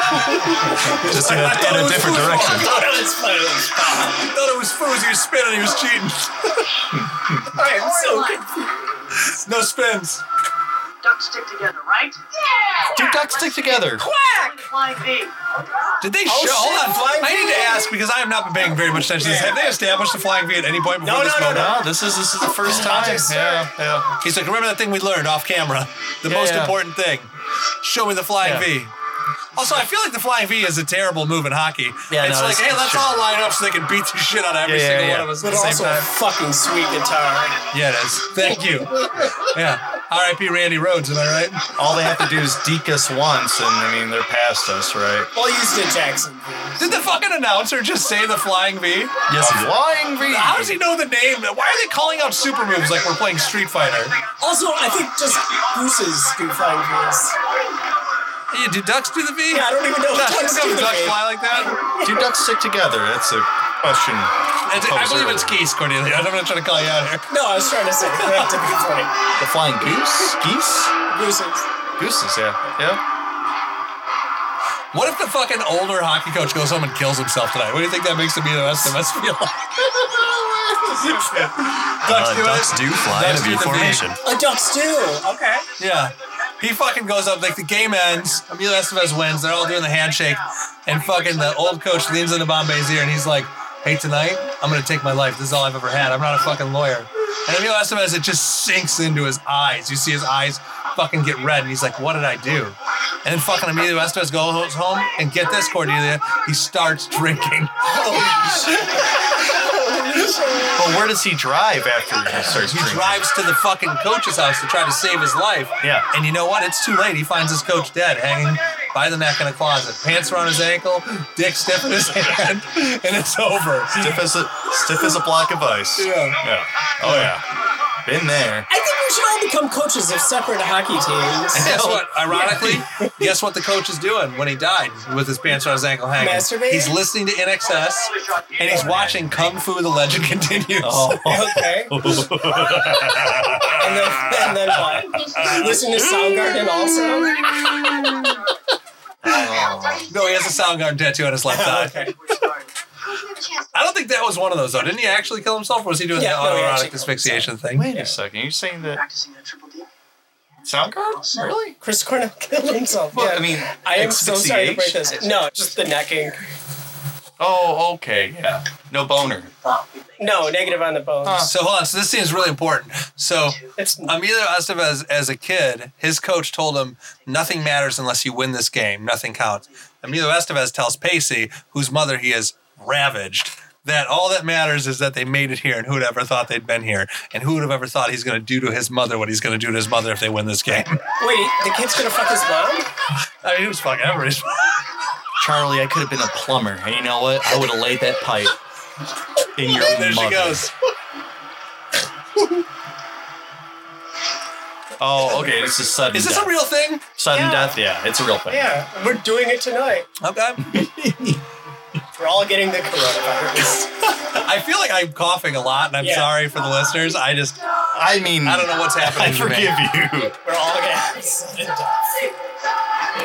just in a, in a different direction.
I thought it was foos. He was spinning. He was cheating.
I am so good.
No spins.
Ducks stick together, right?
Two ducks stick together.
Quack! Flying bee.
Did they
Oh,
show?
shit,
Hold on.
flying
I need
V.
to ask because I have not been paying very much attention to this. Have they established the flying V at any point before
No,
this
no, no,
moment?
No, this is this is the first time. Yeah, yeah.
He's like, remember that thing we learned off camera? The
Yeah,
most
yeah.
important thing. Show me the flying
Yeah.
V. Also, I feel like the flying V is a terrible move in hockey.
Yeah,
it's
no,
like,
it's-
hey,
it's
let's
true.
all line up so they can beat the shit out of every
Yeah,
single
yeah, yeah.
one of us at
But
the same
also a
time.
fucking sweet guitar.
Yeah, it is. Thank you. Yeah. R.I.P. Randy Rhodes, am I right?
All they have to do is deke us once, and I mean they're past us, right?
Well used in Jackson.
Did the fucking announcer just say the flying V?
Yes, a flying V.
How does he know the name? Why are they calling out super moves like we're playing Street Fighter?
Also, I think just gooses do flying wheels.
Yeah, do ducks do the V?
Yeah, I don't even know if
Ducks,
ducks
don't
do the
ducks
V.
fly like that.
Do ducks stick together? That's a question.
I, think- I
Poser.
believe it's geese, Cornelia. I'm not trying to call you out here.
No, I was trying to say correct to be funny.
The flying goose? Geese?
Gooses.
Gooses, yeah. Yeah.
What if the fucking older hockey coach goes home and kills himself tonight? What do you think that makes me and the rest of us feel like?
Uh, ducks do fly
Ducks
in
do
a V
the V.
formation.
Oh, ducks do. Okay.
Yeah. He fucking goes up, like the game ends, Emilio Estevez wins, they're all doing the handshake, and fucking the old coach leans into Bombay's ear and he's like, Hey, tonight, I'm gonna take my life. This is all I've ever had. I'm not a fucking lawyer. And Emilio Estevez, it just sinks into his eyes. You see his eyes fucking get red, and he's like, What did I do? And then fucking Emilio Estevez goes home and get this, Cordelia, he starts drinking.
But where does he drive after he starts
He
drinking?
drives to the fucking coach's house to try to save his life.
Yeah.
And you know what? It's too late. He finds his coach dead, hanging by the neck in a closet. Pants around his ankle, dick stiff in his hand, and it's over.
Stiff as a stiff as a block of ice.
Yeah.
Yeah. Oh yeah. Been there.
I think we should all become coaches of separate hockey teams.
Guess what? Ironically, guess what the coach is doing when he died with his pants around his ankle hanging?
Masturbating?
He's listening to NXS and he's watching Kung Fu The Legend Continues.
Oh.
Okay. and, then, and then what? Listen to Soundgarden also?
No, he has a Soundgarden tattoo on his left thigh.
Okay.
I don't think that was one of those though. Didn't he actually kill himself, or was he doing
Yeah,
the
no, he actually
autoerotic
killed
asphyxiation thing?
Wait a second. You're saying that
Practicing that triple D.
Soundgarden? Really?
Chris Cornell killed himself.
Well,
yeah.
I mean,
I am so sorry to break
asphyxiation?
this. No, just the necking.
Oh, okay. Yeah. No boner.
Thought we'd make
No, negative on the bones.
So hold on. So this seems really important. So
It's
Emilio Estevez, as a kid, his coach told him nothing matters unless you win this game. Nothing counts. Emilio Estevez tells Pacey, whose mother he has ravaged, that all that matters is that they made it here, and who would ever thought they'd been here, and who would have ever thought he's going to do to his mother what he's going to do to his mother if they win this game.
wait, the kid's gonna fuck his mom?
I mean, he was fucking everybody's.
Charlie, I could have been a plumber. And you know what? I would have laid that pipe in your
There she
mother.
goes.
Oh, okay. It's a sudden
Is this
death.
a real thing?
sudden
Yeah.
death? Yeah, it's a real thing.
Yeah, we're doing it tonight.
Okay.
We're all getting the coronavirus.
I feel like I'm coughing a lot, and I'm
Yeah.
sorry for the listeners. I just
I mean,
I don't know what's happening.
I
to me.
forgive you.
we're all gonna have sudden death.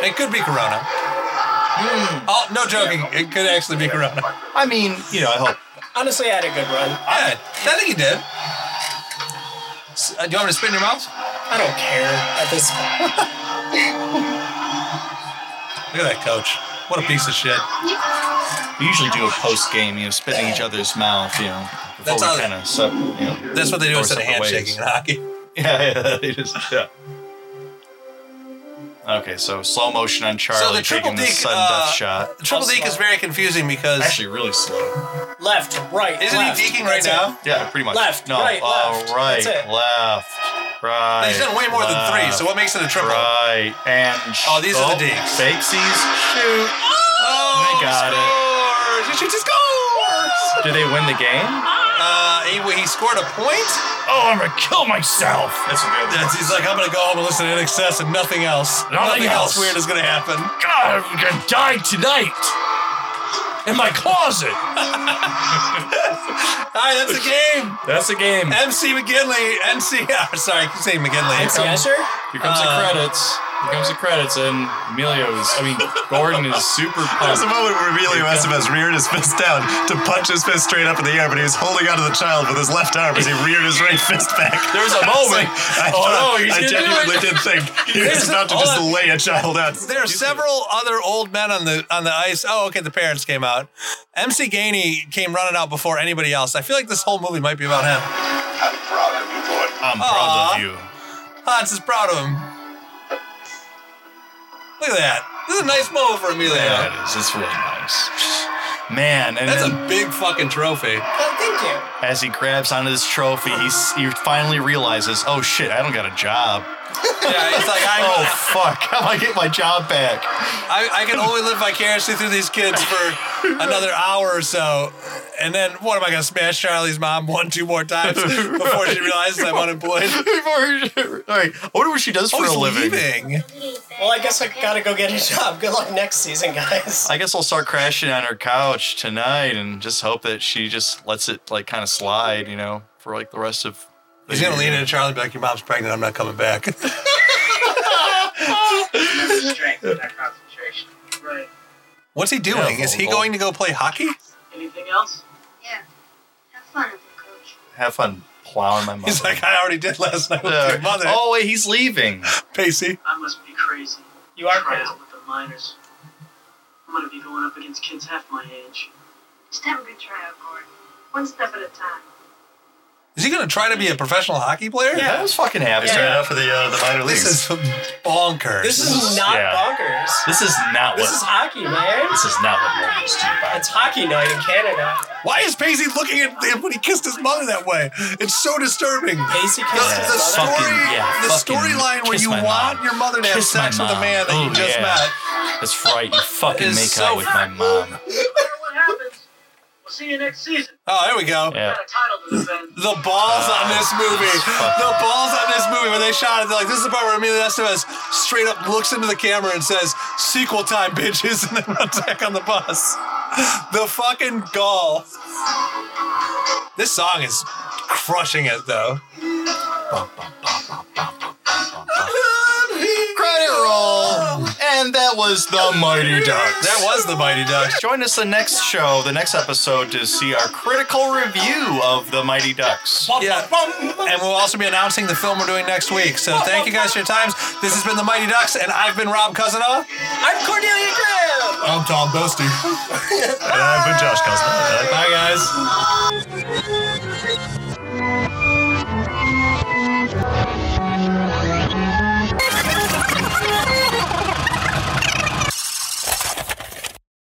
It could be Corona.
Hmm.
Oh, no joking. It could actually be Corona.
I mean, you know, I hope.
Honestly, I had a good run.
Yeah, I think he did. S- uh, do you want me to spit in your mouth?
I don't care at this point.
Look at that coach. What a piece of shit.
We usually do a post game, you know, spitting each other's mouth, you know, before
That's how-
we kind of, so, you know.
That's what they do
Or
instead of
separate ways.
handshaking in hockey.
Yeah, yeah, they just, yeah. Okay, so slow motion on Charlie
the triple
taking the
deke,
sudden
uh,
death shot.
Triple deke is very confusing because
Actually, really slow.
Left, right,
isn't
left.
he deking right
That's it.
now?
Yeah, pretty much.
Left,
no,
right,
oh,
left.
right,
That's it.
left, right.
He's done way more than three.
left,
So what makes it a triple?
Right and
Oh, these are the
digs.
deeks.
Fakesies.
Shoot. Oh,
They got
it. He shoots. He scores.
Do they win the game?
Uh, he, he scored a point.
Oh, I'm gonna kill myself. That's what the other.
That's, he's like, I'm gonna go home and listen to In Excess and nothing else.
Nothing
else
else.
weird is gonna happen.
God, I'm gonna die tonight in my closet.
All right, that's the game.
That's the game. Here
MC McGinley, MC. oh, Sorry, I keep saying McGinley.
It's Asher?
comes
Uh,
the credits. Here comes the credits, and Emilio is. I mean, Gordon is super
There's a
pumped.
moment where Emilio Estevez reared his fist down to punch his fist straight up in the air, but he was holding onto the child with his left arm as he reared his right fist back.
There was a
I was
moment.
I,
Oh,
thought-
no, he's
I
gonna do
genuinely
it.
did think he was
There's a-
about to
hold
just
on.
lay a child out.
There are several other old men on the on the ice. Oh, okay, the parents came out. MC Gainey came running out before anybody else. I feel like this whole movie might be about him.
I'm proud of you, boy.
I'm
Aw.
proud of you.
Hans is Ah, proud of him. Look at that. This is a nice moment for Emilio.
Yeah, it is. It's really nice. Man, and
That's
then
a big fucking trophy.
Oh, thank you.
as he grabs onto this trophy, he's, he finally realizes, oh shit, I don't got a job.
Yeah, it's like I,
Oh fuck, how am I getting my job back?
I I can only live vicariously through these kids for another hour or so. And then what am I gonna smash Charlie's mom one, two more times before she realizes I'm unemployed?
All right, I wonder what she does for
Oh,
a
he's
living.
leaving.
Well, I guess I gotta go get a job. Good luck next season, guys.
I guess I'll start crashing on her couch tonight and just hope that she just lets it like kind of slide, you know, for like the rest of.
He's gonna lean into Charlie and be like, "Your mom's pregnant. I'm not coming back."
Strength, that concentration. Right.
What's he doing?
Yeah,
Is he
well-
going to go play hockey?
Anything else?
Have fun with it, coach.
Have fun plowing my mother.
He's like, "I already did last night with
Uh,
your mother,
oh wait, he's leaving.
Pacey."
I must be crazy.
You are
Try
crazy.
out with the minors. I'm gonna be going up against kids half my age.
Just have a good tryout, Gordon. One step at a time.
Is he gonna try to be a professional hockey player?
That was fucking happy.
Yeah.
Straight out for the uh, the minor
This
leagues.
is bonkers.
This is not
yeah.
bonkers.
This is not
This
what.
is hockey, man.
This is not what Wolverines do. By
It's hockey night in Canada.
why is Pacey looking at him when he kissed his mother that way? It's so disturbing.
Pacey
The,
kissed
Yeah,
the
his
story,
mother.
fucking- yeah,
the
fucking
storyline where
kiss
you
my
want
mom.
your mother to
Kiss my
have sex with a
mom.
man that you
Oh,
just
yeah.
met.
That's right. You fucking
It's
make
so-
out with my mom.
No matter what happens, we'll see you next season.
Oh, there we go.
Yeah. Ah,
Got a title to defend.
The balls on this movie.
fuck.
The balls on this movie when they shot it, they're like, this is the part where Emilio Estevez straight up looks into the camera and says, sequel time, bitches, and then runs back on the bus. The fucking gall. This song is crushing it though.
Credit roll, and that was was the Mighty Ducks.
That was the Mighty Ducks.
Join us the next show, the next episode, to see our critical review of the Mighty Ducks.
Yeah. And we'll also be announcing the film we're doing next week. So thank you guys for your times. This has been the Mighty Ducks, and I've been Rob Cousinella.
I'm Cordelia Graham.
I'm Tom Bestie.
And
uh,
I've been Josh Cousin.
Bye, guys.
Thank you.